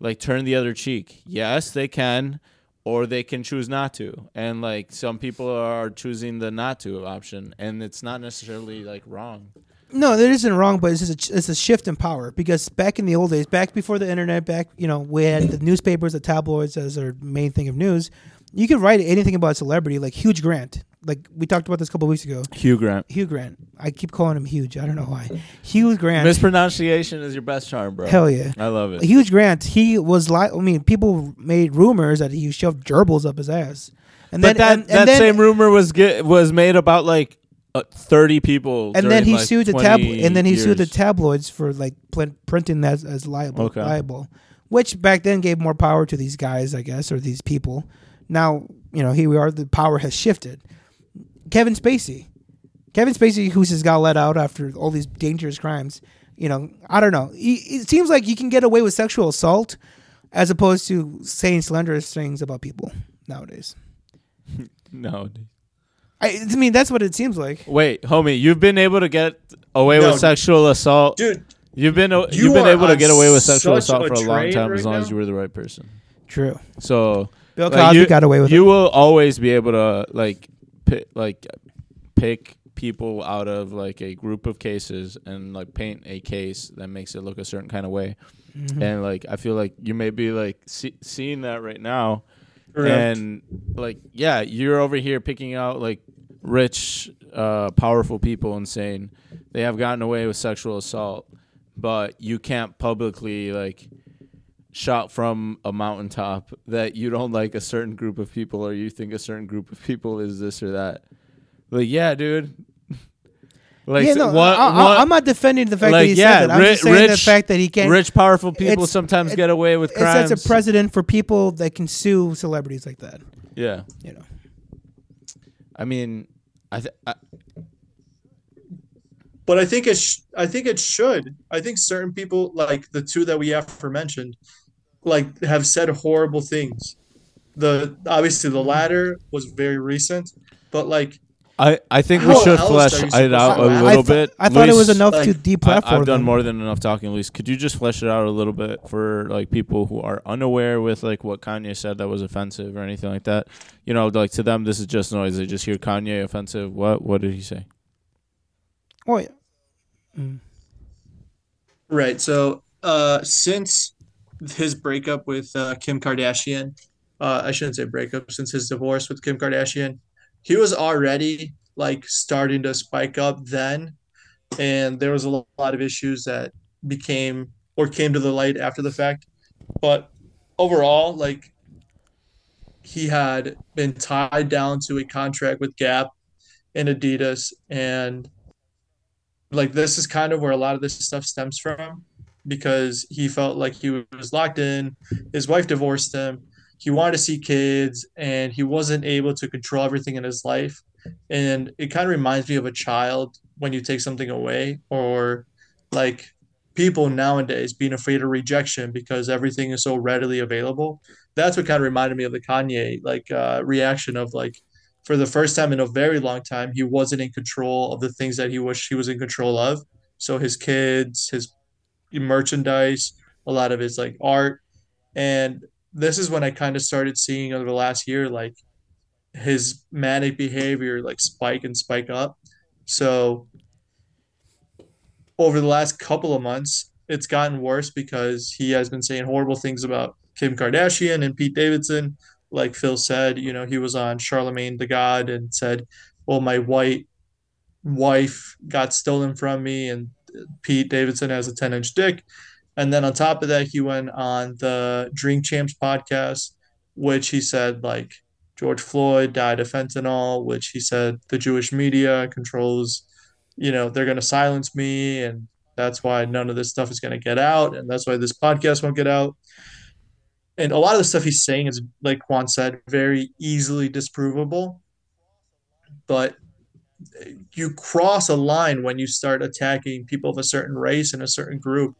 Speaker 2: like turn the other cheek. Yes, they can or they can choose not to. And like some people are choosing the not to option and it's not necessarily like wrong.
Speaker 3: No, that isn't wrong, but it's just a, it's a shift in power because back in the old days, back before the internet, back you know we had the newspapers, the tabloids as our main thing of news. You could write anything about a celebrity, like Hugh Grant. Like we talked about this a couple weeks ago.
Speaker 2: Hugh Grant.
Speaker 3: Hugh Grant. I keep calling him huge. I don't know why. Hugh Grant.
Speaker 2: Mispronunciation is your best charm, bro.
Speaker 3: Hell yeah.
Speaker 2: I love it.
Speaker 3: Huge Grant. He was like, I mean, people made rumors that he shoved gerbils up his ass, and
Speaker 2: But that
Speaker 3: and- and
Speaker 2: that
Speaker 3: then-
Speaker 2: same rumor was get, was made about like uh, 30 people
Speaker 3: and
Speaker 2: during,
Speaker 3: then he
Speaker 2: like,
Speaker 3: sued the tab
Speaker 2: 20
Speaker 3: and then he sued the
Speaker 2: years.
Speaker 3: tabloids for like pl- printing that as, as liable
Speaker 2: Okay.
Speaker 3: liable which back then gave more power to these guys i guess or these people now you know here we are the power has shifted kevin spacey kevin spacey who just got let out after all these dangerous crimes you know i don't know He- it seems like you can get away with sexual assault as opposed to saying slanderous things about people nowadays
Speaker 2: No.
Speaker 3: I, I mean that's what it seems like
Speaker 2: Wait, homie, you've been able to get away
Speaker 4: No,
Speaker 2: with sexual assault.
Speaker 4: dude.
Speaker 2: You've been you
Speaker 4: you
Speaker 2: have been
Speaker 4: are
Speaker 2: able to
Speaker 4: on
Speaker 2: get away with sexual
Speaker 4: such
Speaker 2: assault
Speaker 4: a
Speaker 2: for a long
Speaker 4: train
Speaker 2: time as
Speaker 4: right
Speaker 2: long as
Speaker 4: now.
Speaker 2: you were the right person.
Speaker 3: true
Speaker 2: So
Speaker 3: Bill
Speaker 2: like,
Speaker 3: Cosby
Speaker 2: you,
Speaker 3: got away with
Speaker 2: you will always be able to like pick, like pick people out of like a group of cases and like paint a case that makes it look a certain kind of way.
Speaker 3: Mm-hmm.
Speaker 2: And like I feel like you may be like see- seeing that right now
Speaker 4: Correct.
Speaker 2: and like yeah you're over here picking out like rich uh, powerful people and saying they have gotten away with sexual assault but you can't publicly like shout from a mountaintop that you don't like a certain group of people or you think a certain group of people is this or that like yeah dude like
Speaker 3: yeah,
Speaker 2: so
Speaker 3: no,
Speaker 2: what,
Speaker 3: I,
Speaker 2: what-
Speaker 3: am not defending the fact
Speaker 2: like,
Speaker 3: that he
Speaker 2: yeah,
Speaker 3: said that. I'm
Speaker 2: ri-
Speaker 3: just saying the
Speaker 2: rich-
Speaker 3: fact that he can't.
Speaker 2: rich powerful people
Speaker 3: it's-
Speaker 2: sometimes
Speaker 3: it-
Speaker 2: get away with
Speaker 3: it sets
Speaker 2: crimes
Speaker 3: a precedent for people that can sue celebrities like that.
Speaker 2: yeah
Speaker 3: You know,
Speaker 2: i mean I, th- I
Speaker 4: But I think it. Sh- I think it should. I think certain people, like the two that we aforementioned, like have said horrible things. The obviously the latter was very recent, but like
Speaker 2: I, I think we
Speaker 4: How
Speaker 2: should
Speaker 4: else
Speaker 2: flesh
Speaker 4: are you
Speaker 2: it out a
Speaker 4: supposed to-
Speaker 2: little
Speaker 3: I th-
Speaker 2: bit.
Speaker 3: I thought it was
Speaker 2: Luis,
Speaker 3: enough
Speaker 4: like,
Speaker 3: to
Speaker 2: I,
Speaker 3: deplatform.
Speaker 2: I've done
Speaker 3: them.
Speaker 2: more than enough talking, Luis. Could you just flesh it out a little bit for like people who are unaware with like what Kanye said that was offensive or anything like that? You know, like to them, this is just noise. They just hear Kanye offensive. What what did he say?
Speaker 3: Oh, yeah.
Speaker 4: Right. So, uh, since his breakup with uh, Kim Kardashian, uh, I shouldn't say breakup, since his divorce with Kim Kardashian, he was already like starting to spike up then, and there was a lo- lot of issues that became or came to the light after the fact. But overall, like he had been tied down to a contract with Gap and Adidas and like this is kind of where a lot of this stuff stems from because he felt like he was locked in his wife divorced him he wanted to see kids and he wasn't able to control everything in his life and it kind of reminds me of a child when you take something away or like people nowadays being afraid of rejection because everything is so readily available that's what kind of reminded me of the kanye like uh, reaction of like for the first time in a very long time, he wasn't in control of the things that he wished he was in control of. So his kids, his merchandise, a lot of his like art. And this is when I kind of started seeing over the last year, like his manic behavior, like spike and spike up. So over the last couple of months, it's gotten worse because he has been saying horrible things about Kim Kardashian and Pete Davidson like Phil said, you know, he was on Charlemagne the God and said, "Well, my white wife got stolen from me," and Pete Davidson has a ten-inch dick. And then on top of that, he went on the Dream Champs podcast, which he said like George Floyd died of fentanyl, which he said the Jewish media controls. You know, they're going to silence me, and That's why none of this stuff is going to get out, and that's why this podcast won't get out. And a lot of the stuff he's saying is, like Juan said, very easily disprovable. But you cross a line when you start attacking people of a certain race and a certain group.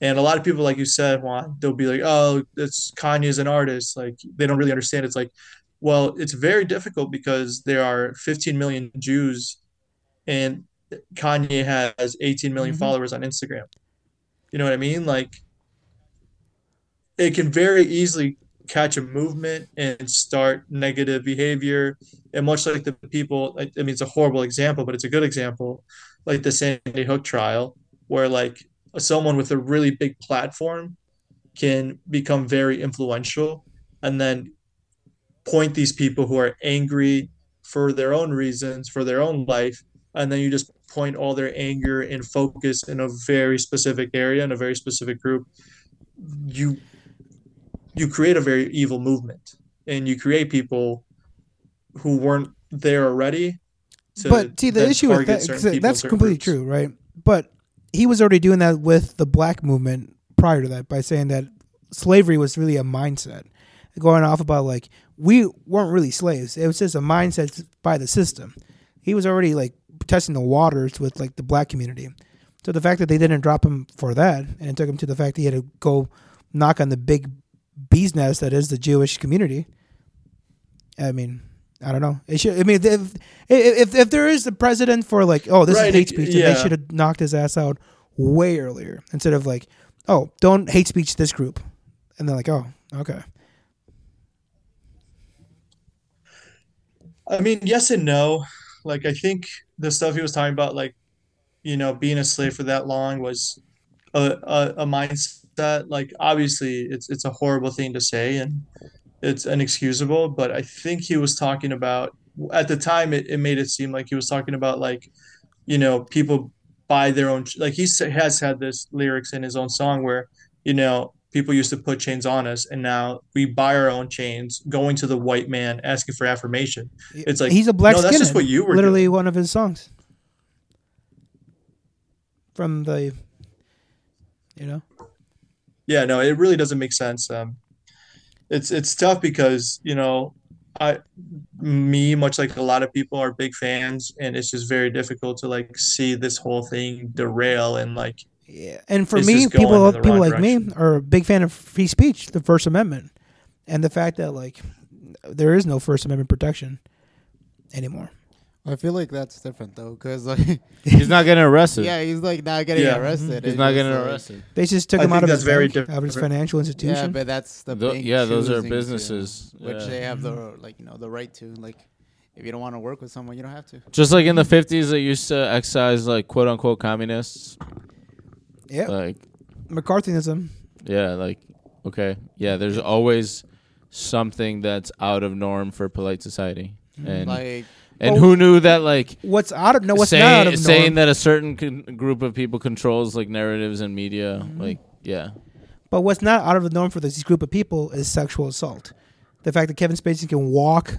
Speaker 4: And a lot of people, like you said, Juan, they'll be like, "Oh, that's Kanye's an artist." Like they don't really understand. It's like, well, it's very difficult because there are 15 million Jews, and Kanye has 18 million followers on Instagram. You know what I mean? Like, it can very easily catch a movement and start negative behavior. And much like the people, I, I mean, it's a horrible example, but it's a good example, like the Sandy Hook trial, where like someone with a really big platform can become very influential and then point these people who are angry for their own reasons, for their own life. And then you just point all their anger and focus in a very specific area and a very specific group. You you create a very evil movement and you create people who weren't there already. to
Speaker 3: but see, the
Speaker 4: then
Speaker 3: issue with
Speaker 4: target
Speaker 3: that,
Speaker 4: certain
Speaker 3: 'cause
Speaker 4: people,
Speaker 3: that's
Speaker 4: certain
Speaker 3: completely
Speaker 4: groups.
Speaker 3: true, right? But he was already doing that with the black movement prior to that by saying that slavery was really a mindset. Going off about like, we weren't really slaves, it was just a mindset by the system. He was already like testing the waters with like the black community. So the fact that they didn't drop him for that and it took him to the fact that he had to go knock on the big bee's nest that is the Jewish community. I mean, I don't know. It should. I mean, if if, if there is the president for like, oh, this
Speaker 4: Right,
Speaker 3: is hate
Speaker 4: it-
Speaker 3: speech, then
Speaker 4: yeah.
Speaker 3: they should have knocked his ass out way earlier instead of like, oh, don't hate speech this group, and they're like, oh, okay,
Speaker 4: I mean, yes and no. Like, I think the stuff he was talking about, like, you know, being a slave for that long was a, a, a mindset. Like, obviously, it's it's a horrible thing to say and it's inexcusable. But I think he was talking about, at the time, it, it made it seem like he was talking about, like, you know, people buy their own, like, he sa- has had this lyrics in his own song where, you know, people used to put chains on us and now we buy our own chains, going to the white man, asking for affirmation. It's like
Speaker 3: he's a black.
Speaker 4: No, that's just
Speaker 3: skinhead.
Speaker 4: what you were
Speaker 3: literally
Speaker 4: doing.
Speaker 3: one of his songs from the, you know,
Speaker 4: Yeah, no, it really doesn't make sense. Um, it's it's tough because you know, I, me, much like a lot of people, are big fans, and it's just very difficult to like see this whole thing derail and like
Speaker 3: Yeah, and for
Speaker 4: It's
Speaker 3: me,
Speaker 4: just going
Speaker 3: people
Speaker 4: in the
Speaker 3: people
Speaker 4: wrong
Speaker 3: like me are a big fan of free speech, the First Amendment, and the fact that like there is no First Amendment protection anymore.
Speaker 5: I feel like that's different though, because like,
Speaker 2: He's not getting arrested.
Speaker 5: yeah, he's like not getting
Speaker 4: Yeah.
Speaker 5: arrested.
Speaker 2: Mm-hmm. He's
Speaker 5: It's
Speaker 2: not
Speaker 5: just,
Speaker 2: getting
Speaker 5: like-
Speaker 2: arrested.
Speaker 3: They just took
Speaker 4: I
Speaker 3: him out
Speaker 4: think
Speaker 3: of
Speaker 4: that's
Speaker 3: his
Speaker 4: very
Speaker 3: bank, out of his
Speaker 4: different.
Speaker 3: financial
Speaker 5: Yeah,
Speaker 3: institution.
Speaker 5: but that's the
Speaker 2: Tho-
Speaker 5: bank
Speaker 2: yeah, those are
Speaker 5: choosing to,
Speaker 2: businesses,
Speaker 5: which
Speaker 2: yeah. Mm-hmm.
Speaker 5: they have the like you know the right to. Like, if you don't want to work with someone, you don't have to.
Speaker 2: Just like in the fifties, they used to excise like quote unquote communists.
Speaker 3: yeah,
Speaker 2: Like
Speaker 3: McCarthyism.
Speaker 2: yeah, like okay, yeah. There's always something that's out of norm for polite society,
Speaker 4: Mm-hmm.
Speaker 2: and
Speaker 5: Like,
Speaker 2: and
Speaker 4: oh,
Speaker 3: Well-
Speaker 2: who knew that like
Speaker 3: What's out of no? What's
Speaker 2: saying
Speaker 3: not out of
Speaker 2: saying
Speaker 3: norm,
Speaker 2: that a certain con- group of people controls like narratives and media,
Speaker 4: Mm-hmm.
Speaker 2: like yeah,
Speaker 3: But what's not out of the norm for this group of people is sexual assault. The fact that Kevin Spacey can walk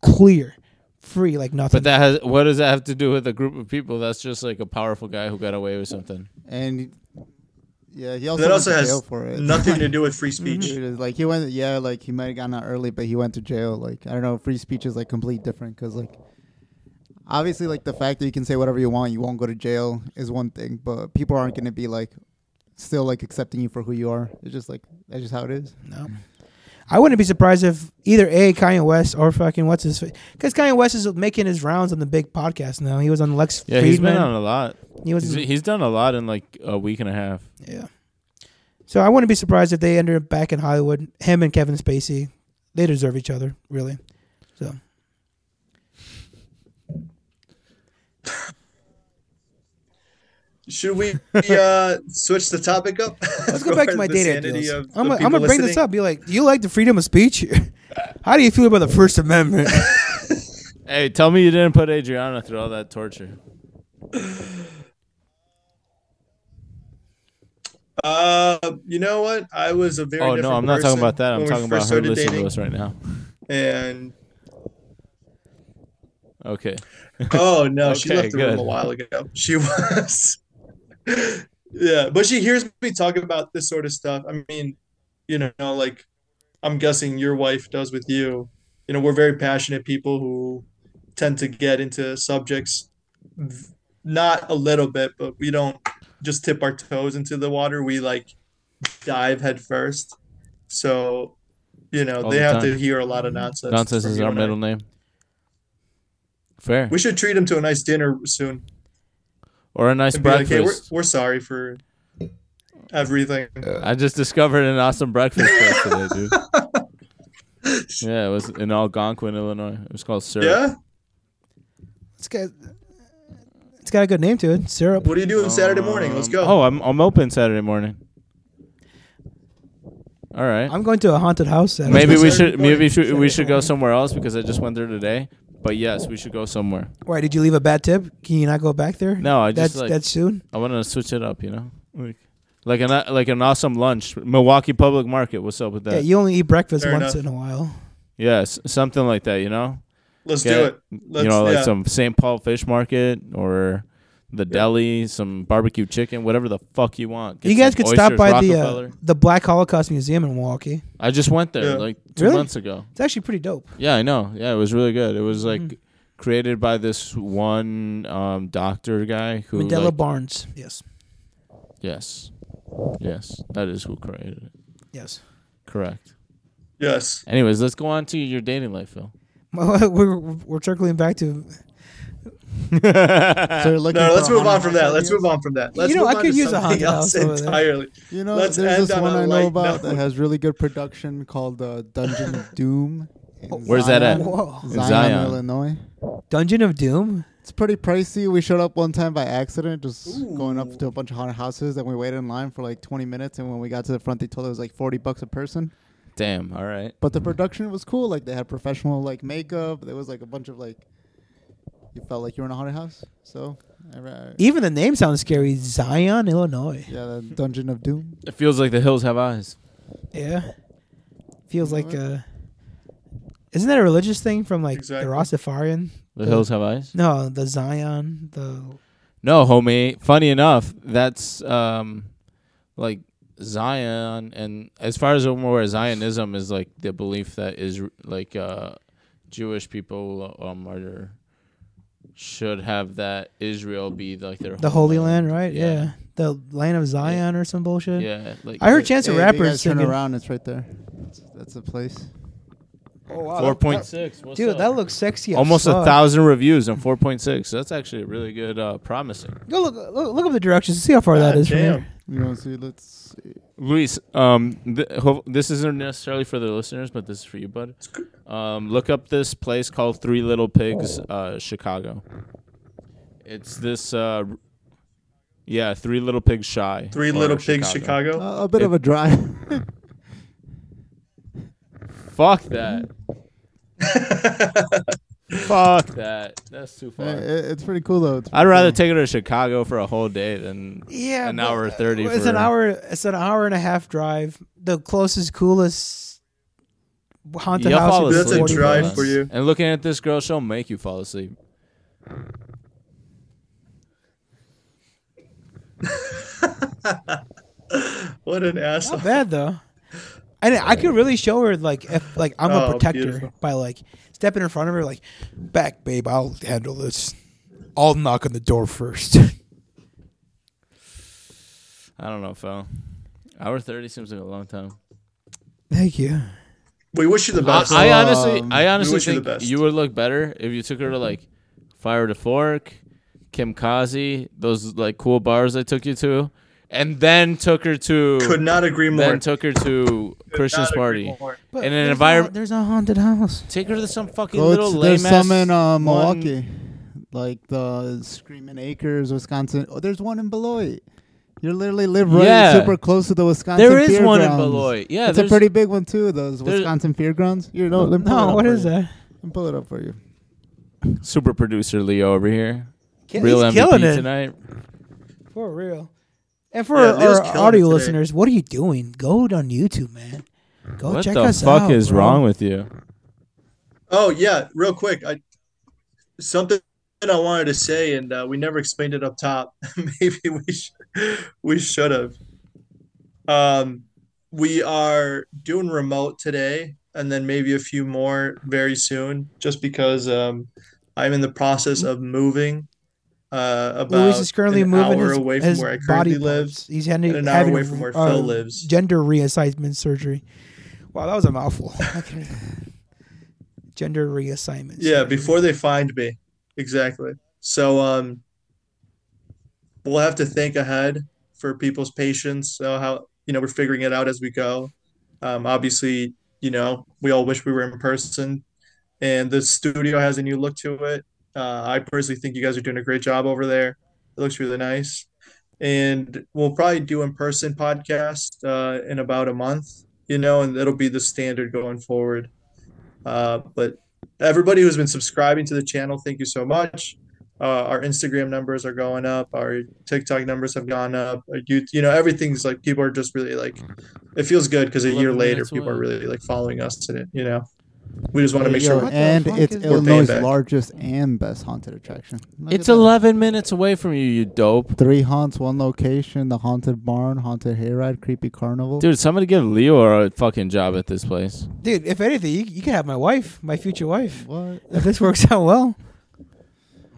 Speaker 3: clear, free like nothing.
Speaker 2: But that has what does that have to do with a group of people? That's just like a powerful guy who got away with something.
Speaker 5: and yeah, he also
Speaker 4: that
Speaker 5: went
Speaker 4: also
Speaker 5: to
Speaker 4: has
Speaker 5: jail for it.
Speaker 4: nothing to do with free speech.
Speaker 3: Mm-hmm.
Speaker 5: It is, like he went, yeah, like he might have gotten out early, but he went to jail. Like I don't know, free speech is like complete different because like obviously like the fact that you can say whatever you want, you won't go to jail is one thing, but people aren't gonna be like still like accepting you for who you are. It's just like that's just how it is.
Speaker 3: No. I wouldn't be surprised if either A, Kanye West or fucking what's his face. Because Kanye West is making his rounds on the big podcast now. He was on Lex
Speaker 2: Yeah, he's
Speaker 3: Friedman.
Speaker 2: been on a lot.
Speaker 3: he was,
Speaker 2: He's, he's done a lot in like a week and a half.
Speaker 3: yeah. So I wouldn't be surprised if they ended up back in Hollywood. Him and Kevin Spacey, they deserve each other, really. So
Speaker 4: Should we uh, switch the topic up?
Speaker 3: let's go back to my data deals. I'm gonna I'm gonna bring this up. Be like, you like the freedom of speech? How do you feel about the First Amendment?
Speaker 2: Hey, tell me you didn't put Adriana through all that torture.
Speaker 4: Uh, you know what? I was a very
Speaker 2: Oh no,
Speaker 4: different
Speaker 2: I'm not
Speaker 4: person
Speaker 2: talking about that. I'm
Speaker 4: when we
Speaker 2: talking
Speaker 4: first
Speaker 2: about her
Speaker 4: started
Speaker 2: listening
Speaker 4: dating,
Speaker 2: to us right now.
Speaker 4: and
Speaker 2: Okay.
Speaker 4: Oh no, she
Speaker 2: Okay,
Speaker 4: Oh, left the room
Speaker 2: good.
Speaker 4: a while ago. She was yeah, but she hears me talk about this sort of stuff. I mean, you know, like I'm guessing your wife does with you. You know, we're very passionate people who tend to get into subjects v- not a little bit, but we don't just tip our toes into the water. We like dive head first. So, you know,
Speaker 2: All
Speaker 4: they
Speaker 2: the
Speaker 4: have to
Speaker 2: time.
Speaker 4: hear a lot of nonsense.
Speaker 2: Nonsense
Speaker 4: from
Speaker 2: is
Speaker 4: you
Speaker 2: our
Speaker 4: and I.
Speaker 2: middle name. Fair.
Speaker 4: We should treat them to a nice dinner soon.
Speaker 2: Or a nice
Speaker 4: and be like, hey, we're,
Speaker 2: breakfast.
Speaker 4: we're sorry for everything.
Speaker 2: I just discovered an awesome breakfast place today, dude. Yeah, it was in Algonquin, Illinois. It was called Syrup.
Speaker 4: Yeah?
Speaker 3: It's got it's got a good name to it. Syrup.
Speaker 4: What are you doing Saturday morning? Let's
Speaker 2: Um,
Speaker 4: go.
Speaker 2: Oh, I'm I'm open Saturday morning. All right.
Speaker 3: I'm going to a haunted house. Saturday.
Speaker 2: maybe we
Speaker 4: Saturday
Speaker 2: should
Speaker 4: morning.
Speaker 2: maybe should, we should go somewhere else because I just went there today. But yes, we should go somewhere.
Speaker 3: Why did you leave a bad tip? Can you not go back there?
Speaker 2: No, I just
Speaker 3: that's
Speaker 2: like
Speaker 3: that's soon.
Speaker 2: I want to switch it up. You know, like like an like an awesome lunch. Milwaukee Public Market. What's up with
Speaker 3: Yeah,
Speaker 2: that?
Speaker 3: you only eat breakfast
Speaker 4: Fair
Speaker 3: once
Speaker 4: enough.
Speaker 3: in a while.
Speaker 2: yes, something like that. You know,
Speaker 4: Let's
Speaker 2: get
Speaker 4: do it. Let's,
Speaker 2: you know, like
Speaker 4: yeah.
Speaker 2: some St. Paul Fish Market or the deli, some barbecue chicken, whatever the fuck you want. Get
Speaker 3: you guys
Speaker 2: some
Speaker 3: could stop
Speaker 2: oysters,
Speaker 3: by the uh,
Speaker 2: Rockefeller.
Speaker 3: the Black Holocaust Museum in Milwaukee.
Speaker 2: I just went there
Speaker 4: Yeah.
Speaker 2: like two
Speaker 3: Really?
Speaker 2: months ago.
Speaker 3: It's actually pretty dope.
Speaker 2: Yeah, I know. Yeah, it was really good. It was
Speaker 3: Mm.
Speaker 2: like created by this one um, doctor guy who.
Speaker 3: Mandela
Speaker 2: like-
Speaker 3: Barnes. Yes.
Speaker 2: yes, yes, that is who created it.
Speaker 3: Yes.
Speaker 2: Correct.
Speaker 4: Yes.
Speaker 2: Anyways, let's go on to your dating life, Phil.
Speaker 3: we're, we're circling back to.
Speaker 5: So you're looking
Speaker 4: Uh, No,
Speaker 5: for
Speaker 4: let's
Speaker 5: a
Speaker 4: move on
Speaker 5: haunted
Speaker 4: from
Speaker 5: house
Speaker 4: that. Let's
Speaker 5: idea?
Speaker 4: move on from that. Let's
Speaker 3: know,
Speaker 4: move
Speaker 3: I
Speaker 4: on
Speaker 3: could
Speaker 4: to
Speaker 3: use a
Speaker 4: something
Speaker 3: haunted
Speaker 4: else
Speaker 3: house over there.
Speaker 4: entirely.
Speaker 5: You know,
Speaker 4: Let's
Speaker 5: there's this
Speaker 4: end on
Speaker 5: one
Speaker 4: a
Speaker 5: I
Speaker 4: light
Speaker 5: know
Speaker 4: note.
Speaker 5: about that has really good production called uh, Dungeon of Doom. in
Speaker 2: Where's that at?
Speaker 3: Whoa.
Speaker 5: Zion,
Speaker 2: Zion.
Speaker 5: Illinois.
Speaker 3: Dungeon of Doom.
Speaker 5: It's pretty pricey. We showed up one time by accident, just going up to a bunch of haunted houses, and we waited in line for like 20 minutes. And when we got to the front, they told us it was like 40 bucks a person.
Speaker 2: Damn. All right.
Speaker 5: But the production was cool. Like they had professional like makeup. There was like a bunch of like, you felt like you were in a haunted house. So, I, I,
Speaker 3: Even the name sounds scary. Zion, Illinois.
Speaker 5: yeah, the Dungeon of Doom.
Speaker 2: It feels like the hills have eyes.
Speaker 3: Yeah. Feels like
Speaker 5: Illinois.
Speaker 3: uh Isn't that a religious thing from like
Speaker 4: Exactly.
Speaker 3: the Rastafarian?
Speaker 2: The hills have eyes.
Speaker 3: No, the Zion, the
Speaker 2: No, homie. Funny enough, that's um, like Zion, and as far as I'm aware, Zionism is like the belief that is like uh, Jewish people um are should have that Israel be like their
Speaker 3: the Holy Land, right? Yeah.
Speaker 2: Yeah.
Speaker 3: The land of Zion or some bullshit.
Speaker 2: Yeah, like
Speaker 3: I heard Chance the
Speaker 5: Hey, if you
Speaker 3: Rapper
Speaker 5: guys turn
Speaker 3: singing.
Speaker 5: around. It's right there. That's, that's the place.
Speaker 2: four point six.
Speaker 3: Dude, that looks sexy. as
Speaker 2: almost a
Speaker 3: fuck.
Speaker 2: thousand reviews on four point six. That's actually really good, uh, promising.
Speaker 3: Go look, look look up the directions and see how far that
Speaker 4: God
Speaker 3: is from
Speaker 4: damn.
Speaker 3: here.
Speaker 5: You want to see? Let's see.
Speaker 2: Luis, um, th- ho- this isn't necessarily for the listeners, but this is for you, bud. Um, look up this place called Three Little Pigs, uh, Chicago. It's this, uh, r- yeah, Three Little Pigs Shy.
Speaker 4: Three
Speaker 2: or
Speaker 4: Little Pigs, Chicago.
Speaker 5: Uh, a bit of
Speaker 2: It-
Speaker 5: a drive.
Speaker 2: Fuck that. Fuck that. That's too
Speaker 5: Uh,
Speaker 3: Eh,
Speaker 2: far.
Speaker 5: it- it's pretty cool though. It's
Speaker 2: I'd
Speaker 5: pretty
Speaker 2: rather
Speaker 5: cool.
Speaker 2: take her to Chicago for a whole day than
Speaker 3: Yeah,
Speaker 2: an
Speaker 3: but,
Speaker 2: hour
Speaker 3: uh,
Speaker 2: thirty.
Speaker 3: It's
Speaker 2: for-
Speaker 3: an hour. It's an hour and a half drive. The closest, coolest haunted
Speaker 2: You'll fall
Speaker 3: house. is
Speaker 4: That's a
Speaker 2: asleep
Speaker 3: 40
Speaker 2: for
Speaker 4: drive
Speaker 3: minutes.
Speaker 4: for you.
Speaker 2: And looking at this girl, she'll make you fall asleep.
Speaker 4: What an asshole.
Speaker 3: Not bad though. And I could really show her like if like I'm a
Speaker 4: Oh,
Speaker 3: protector
Speaker 4: beautiful.
Speaker 3: by like stepping in front of her like, back babe, I'll handle this. I'll knock on the door first.
Speaker 2: I don't know, Phil. Hour thirty seems like a long time.
Speaker 3: Thank you.
Speaker 4: We wish you the best.
Speaker 2: I, I honestly,
Speaker 5: um,
Speaker 2: I honestly
Speaker 4: wish you the
Speaker 2: think you,
Speaker 4: best.
Speaker 2: would look better if you took her to like Fire to Fork, Kim Kazi, those like cool bars I took you to, and then took her to,
Speaker 4: could not agree more.
Speaker 2: then took her to Christian's
Speaker 4: not agree
Speaker 2: party
Speaker 4: more.
Speaker 3: But
Speaker 2: in an
Speaker 3: there's
Speaker 2: environment.
Speaker 3: a, there's a haunted house.
Speaker 2: Take her to some fucking
Speaker 5: Go
Speaker 2: little
Speaker 5: to-
Speaker 2: lame
Speaker 5: there's some in uh,
Speaker 2: ass one-
Speaker 5: Milwaukee, like the Screaming Acres, Wisconsin. Oh, there's one in Beloit. You literally live right
Speaker 2: Yeah.
Speaker 5: super close to the Wisconsin.
Speaker 2: There is
Speaker 5: Fair
Speaker 2: one in
Speaker 5: Grounds.
Speaker 2: Beloit. Yeah,
Speaker 5: it's a
Speaker 2: there's-
Speaker 5: pretty big one too. Those
Speaker 2: there's-
Speaker 5: Wisconsin Fair Grounds. You know, let me pull it
Speaker 3: No,
Speaker 5: up
Speaker 3: what
Speaker 5: for
Speaker 3: is
Speaker 5: you.
Speaker 3: that?
Speaker 5: Let me pull it up for you.
Speaker 2: Super producer Leo over here,
Speaker 3: Ki-
Speaker 2: real
Speaker 3: he's
Speaker 2: MVP
Speaker 3: killing it
Speaker 2: tonight.
Speaker 3: for real. And for
Speaker 4: Yeah, Leo's
Speaker 3: our,
Speaker 4: killing it
Speaker 3: audio
Speaker 4: today.
Speaker 3: listeners, what are you doing? Go on YouTube, man. Go
Speaker 2: what
Speaker 3: check
Speaker 2: the
Speaker 3: us
Speaker 2: fuck
Speaker 3: out.
Speaker 2: is
Speaker 3: bro.
Speaker 2: wrong with you?
Speaker 4: Oh yeah, real quick, I something I wanted to say, and uh, we never explained it up top. Maybe we should we should have. Um, we are doing remote today, and then maybe a few more very soon, just because um, I'm in the process of moving. Uh, about
Speaker 3: Luis is currently
Speaker 4: an
Speaker 3: moving
Speaker 4: hour
Speaker 3: his,
Speaker 4: away from
Speaker 3: his
Speaker 4: where I
Speaker 3: body
Speaker 4: currently
Speaker 3: parts.
Speaker 4: live.
Speaker 3: He's having,
Speaker 4: and an hour
Speaker 3: having,
Speaker 4: away from where
Speaker 3: uh,
Speaker 4: Phil lives.
Speaker 3: Gender reassignment surgery. Wow, that was a mouthful. I couldn't- gender reassignment.
Speaker 4: Yeah,
Speaker 3: surgery.
Speaker 4: before they find me. Exactly. So um we'll have to think ahead for people's patience. So how you know, we're figuring it out as we go. Um obviously, you know, we all wish we were in person and the studio has a new look to it. Uh, I personally think you guys are doing a great job over there. It looks really nice. And we'll probably do in person podcast uh, in about a month, you know, and that'll be the standard going forward. Uh, but everybody who's been subscribing to the channel, thank you so much. Uh, our Instagram numbers are going up. Our TikTok numbers have gone up. Our you, you know, everything's like people are just really like, it feels good because a year
Speaker 2: 11
Speaker 4: later,
Speaker 2: minutes
Speaker 4: people are
Speaker 2: away.
Speaker 4: really like following us and it, you know, we just want to make
Speaker 5: Yo,
Speaker 4: sure. we're-
Speaker 5: and
Speaker 3: fuck
Speaker 5: it's
Speaker 3: is-
Speaker 4: We're paying
Speaker 5: Illinois'
Speaker 4: back.
Speaker 5: largest and best haunted attraction. Look
Speaker 2: It's
Speaker 5: at that.
Speaker 2: 11 minutes away from you, you dope.
Speaker 5: Three haunts, one location: the haunted barn, haunted hayride, creepy carnival.
Speaker 2: Dude, somebody give Leo a fucking job at this place.
Speaker 3: dude. If anything, you, you can have my wife, my future wife.
Speaker 5: What?
Speaker 3: If this works out well,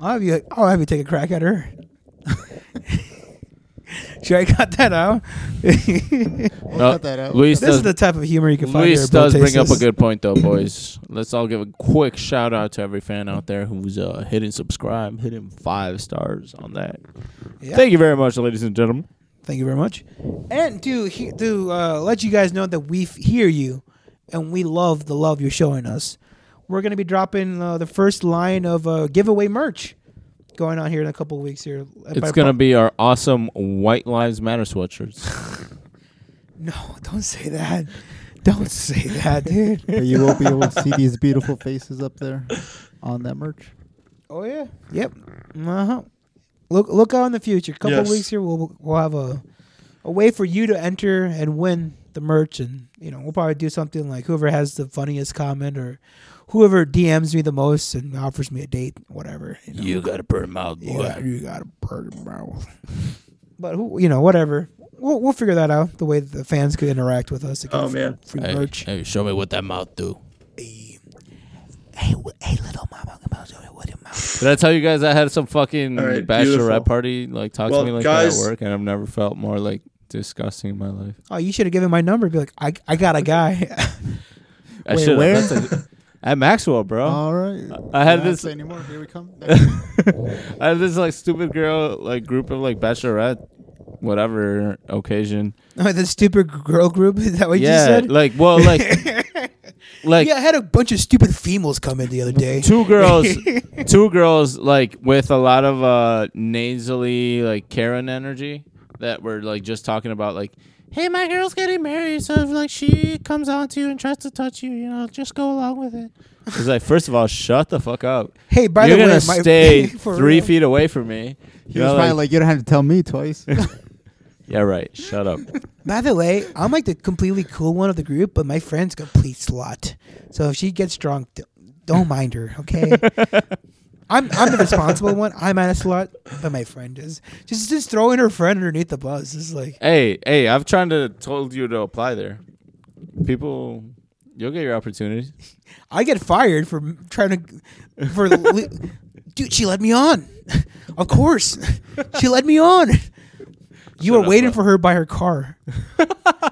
Speaker 3: I'll have you. I'll have you take a crack at her. Should I cut that out?
Speaker 5: We'll
Speaker 2: No,
Speaker 5: cut that out.
Speaker 2: Luis
Speaker 3: This is
Speaker 2: does,
Speaker 3: the type of humor you can find. here
Speaker 2: Luis
Speaker 3: at Bill
Speaker 2: does bring up a
Speaker 3: Tastes.
Speaker 2: good point, though, boys. Let's all give a quick shout out to every fan out there who's uh, hitting subscribe, hitting five stars on that.
Speaker 3: Yeah.
Speaker 2: Thank you very much, ladies and gentlemen.
Speaker 3: Thank you very much. And to he, to uh, let you guys know that we f- hear you, and we love the love you're showing us. We're gonna be dropping uh, the first line of uh, giveaway merch going on here in a couple of weeks. Here,
Speaker 2: It's going to be our awesome White Lives Matter sweatshirts.
Speaker 3: no. Don't say that. Don't say that, dude.
Speaker 5: But you will be able to see these beautiful faces up there on that merch.
Speaker 3: oh yeah. Yep. Uh huh. Look look out in the future. couple of
Speaker 4: Yes.
Speaker 3: weeks here, we'll we'll have a a way for you to enter and win the merch, and you know we'll probably do something like whoever has the funniest comment or whoever DMs me the most and offers me a date, whatever. You, know.
Speaker 2: got to burn mouth,
Speaker 3: You got, you got a bird in mouth. but who you know whatever. We'll, we'll figure that out. The way that the fans could interact with us. to get
Speaker 4: Oh,
Speaker 3: free-
Speaker 4: man.
Speaker 3: free
Speaker 2: Hey,
Speaker 3: merch.
Speaker 2: hey, show me what that mouth do.
Speaker 3: Hey, w- hey, little mama, come out here with your mouth.
Speaker 2: Did I tell you guys I had some fucking
Speaker 4: All right,
Speaker 2: bachelorette
Speaker 4: beautiful.
Speaker 2: party like talk
Speaker 4: Well,
Speaker 2: to me like
Speaker 4: guys-
Speaker 2: that at work, and I've never felt more like disgusting in my life.
Speaker 3: Oh, you should have given my number. Be like, I, I got a guy.
Speaker 2: I
Speaker 5: Wait,
Speaker 2: should've.
Speaker 5: where?
Speaker 2: That's a- at Maxwell, bro.
Speaker 3: Oh,
Speaker 5: All right.
Speaker 2: I had
Speaker 5: Not
Speaker 2: this-
Speaker 5: say anymore. Here we come.
Speaker 2: I had this like stupid girl like group of like bachelorette whatever occasion.
Speaker 3: Oh, the stupid girl group. Is that what
Speaker 2: yeah,
Speaker 3: you said?
Speaker 2: like well, like like
Speaker 3: yeah, I had a bunch of stupid females come in the other day.
Speaker 2: two girls, two girls like with a lot of uh nasally like Karen energy that were like just talking about like. Hey, my girl's getting married, so if like she comes on to you and tries to touch you, you know, just go along with it. It's like, first of all, shut the fuck up.
Speaker 3: Hey, by
Speaker 2: You're
Speaker 3: the way,
Speaker 2: gonna
Speaker 3: my-
Speaker 2: stay
Speaker 3: for
Speaker 2: three
Speaker 3: real.
Speaker 2: feet away from me.
Speaker 5: He
Speaker 2: You know,
Speaker 5: was probably like, you don't have to tell me twice.
Speaker 2: yeah, right. Shut up.
Speaker 3: By the way, I'm like the completely cool one of the group, but my friend's complete slut. So if she gets drunk, d- don't mind her, okay? I'm I'm the responsible one. I'm not a slut, but my friend is. Just just throwing her friend underneath the bus is like
Speaker 2: Hey, hey, I've trying to told you to apply there. People, you'll get your opportunities.
Speaker 3: I get fired for m- trying to for li- dude. She led me on. Of course, she led me on. You were waiting for her by her car.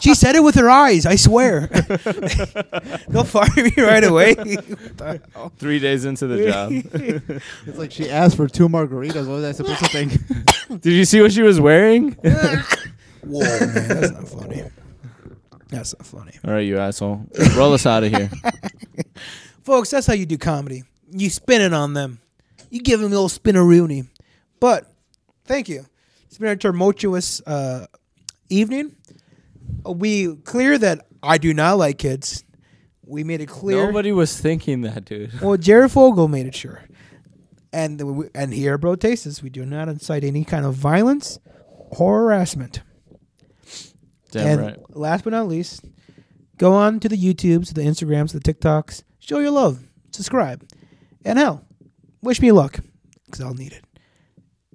Speaker 3: she said it with her eyes. I swear. They'll fire me right away. What the hell?
Speaker 2: Three days into the job,
Speaker 5: it's like she asked for two margaritas. What was I supposed to think?
Speaker 2: did you see what she was wearing?
Speaker 3: Whoa, man, that's not funny. That's not funny,
Speaker 2: All right, you asshole, roll us out of here.
Speaker 3: folks. That's how you do comedy. You spin it on them. You give them a little spinneroony. But thank you. It's been a tumultuous uh, evening. We clear that I do not like kids. We made it clear.
Speaker 2: Nobody was thinking that, dude.
Speaker 3: Well, Jared Fogle made it sure. And we, and here at Brotasis, we do not incite any kind of violence or harassment.
Speaker 2: Damn
Speaker 3: and
Speaker 2: right.
Speaker 3: last but not least, go on to the YouTubes, the Instagrams, the TikToks. Show your love. Subscribe. And hell, wish me luck because I'll need it.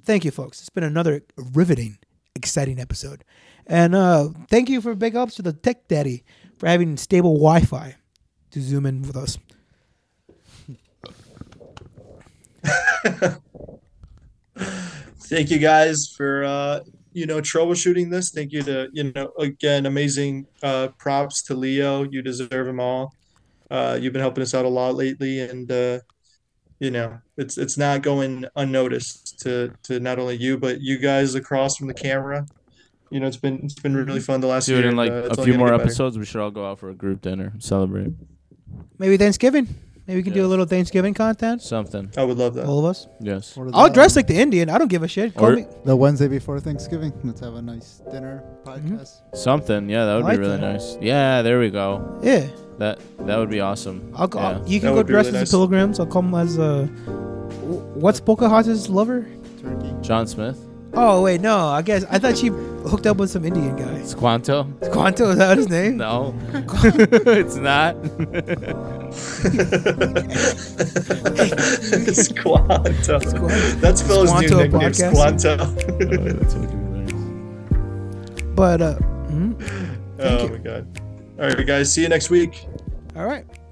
Speaker 3: Thank you, folks. It's been another riveting exciting episode. And uh, thank you for big ups to the Tech Daddy for having stable Wi Fi to zoom in with us.
Speaker 4: thank you guys for uh you know troubleshooting this thank you to you know again amazing uh props to leo you deserve them all uh you've been helping us out a lot lately and uh you know it's it's not going unnoticed to to not only you but you guys across from the camera you know it's been it's been really fun the last
Speaker 2: Dude,
Speaker 4: year
Speaker 2: in like
Speaker 4: uh, it's
Speaker 2: a
Speaker 4: only
Speaker 2: few
Speaker 4: gonna
Speaker 2: more
Speaker 4: get better.
Speaker 2: episodes, we should all go out for a group dinner, celebrate
Speaker 3: Maybe Thanksgiving. Maybe we can do a
Speaker 2: Yes.
Speaker 3: little Thanksgiving content.
Speaker 2: something.
Speaker 4: i would love that
Speaker 3: All of us.
Speaker 2: Yes.
Speaker 5: Or the,
Speaker 3: I'll dress like the Indian. I don't give a shit. Call
Speaker 2: Or-
Speaker 3: me.
Speaker 5: the Wednesday before Thanksgiving. Let's have a nice dinner
Speaker 2: Mm-hmm.
Speaker 5: podcast.
Speaker 2: Something. Yeah, that would
Speaker 3: like
Speaker 2: be really
Speaker 3: that.
Speaker 2: nice. Yeah, there we go.
Speaker 3: Yeah.
Speaker 2: That that would be awesome.
Speaker 3: I'll go,
Speaker 2: Yeah.
Speaker 3: you
Speaker 4: That
Speaker 3: can go
Speaker 4: would be
Speaker 3: dress
Speaker 4: really
Speaker 3: as
Speaker 4: nice.
Speaker 3: the pilgrims. I'll come as a. What's Pocahontas' lover?
Speaker 5: Turkey.
Speaker 2: John Smith.
Speaker 3: Oh wait, no. I guess I thought she hooked up with some Indian guy.
Speaker 2: Squanto?
Speaker 3: Quanto is that his name?
Speaker 2: No. it's not.
Speaker 4: it's Squanto.
Speaker 3: Squanto.
Speaker 4: That's Phil's
Speaker 3: Squanto
Speaker 4: new nickname,
Speaker 3: podcast.
Speaker 4: Squanto.
Speaker 3: But uh, mhm. uh,
Speaker 4: oh my god. All right, guys. See you next week.
Speaker 3: all right.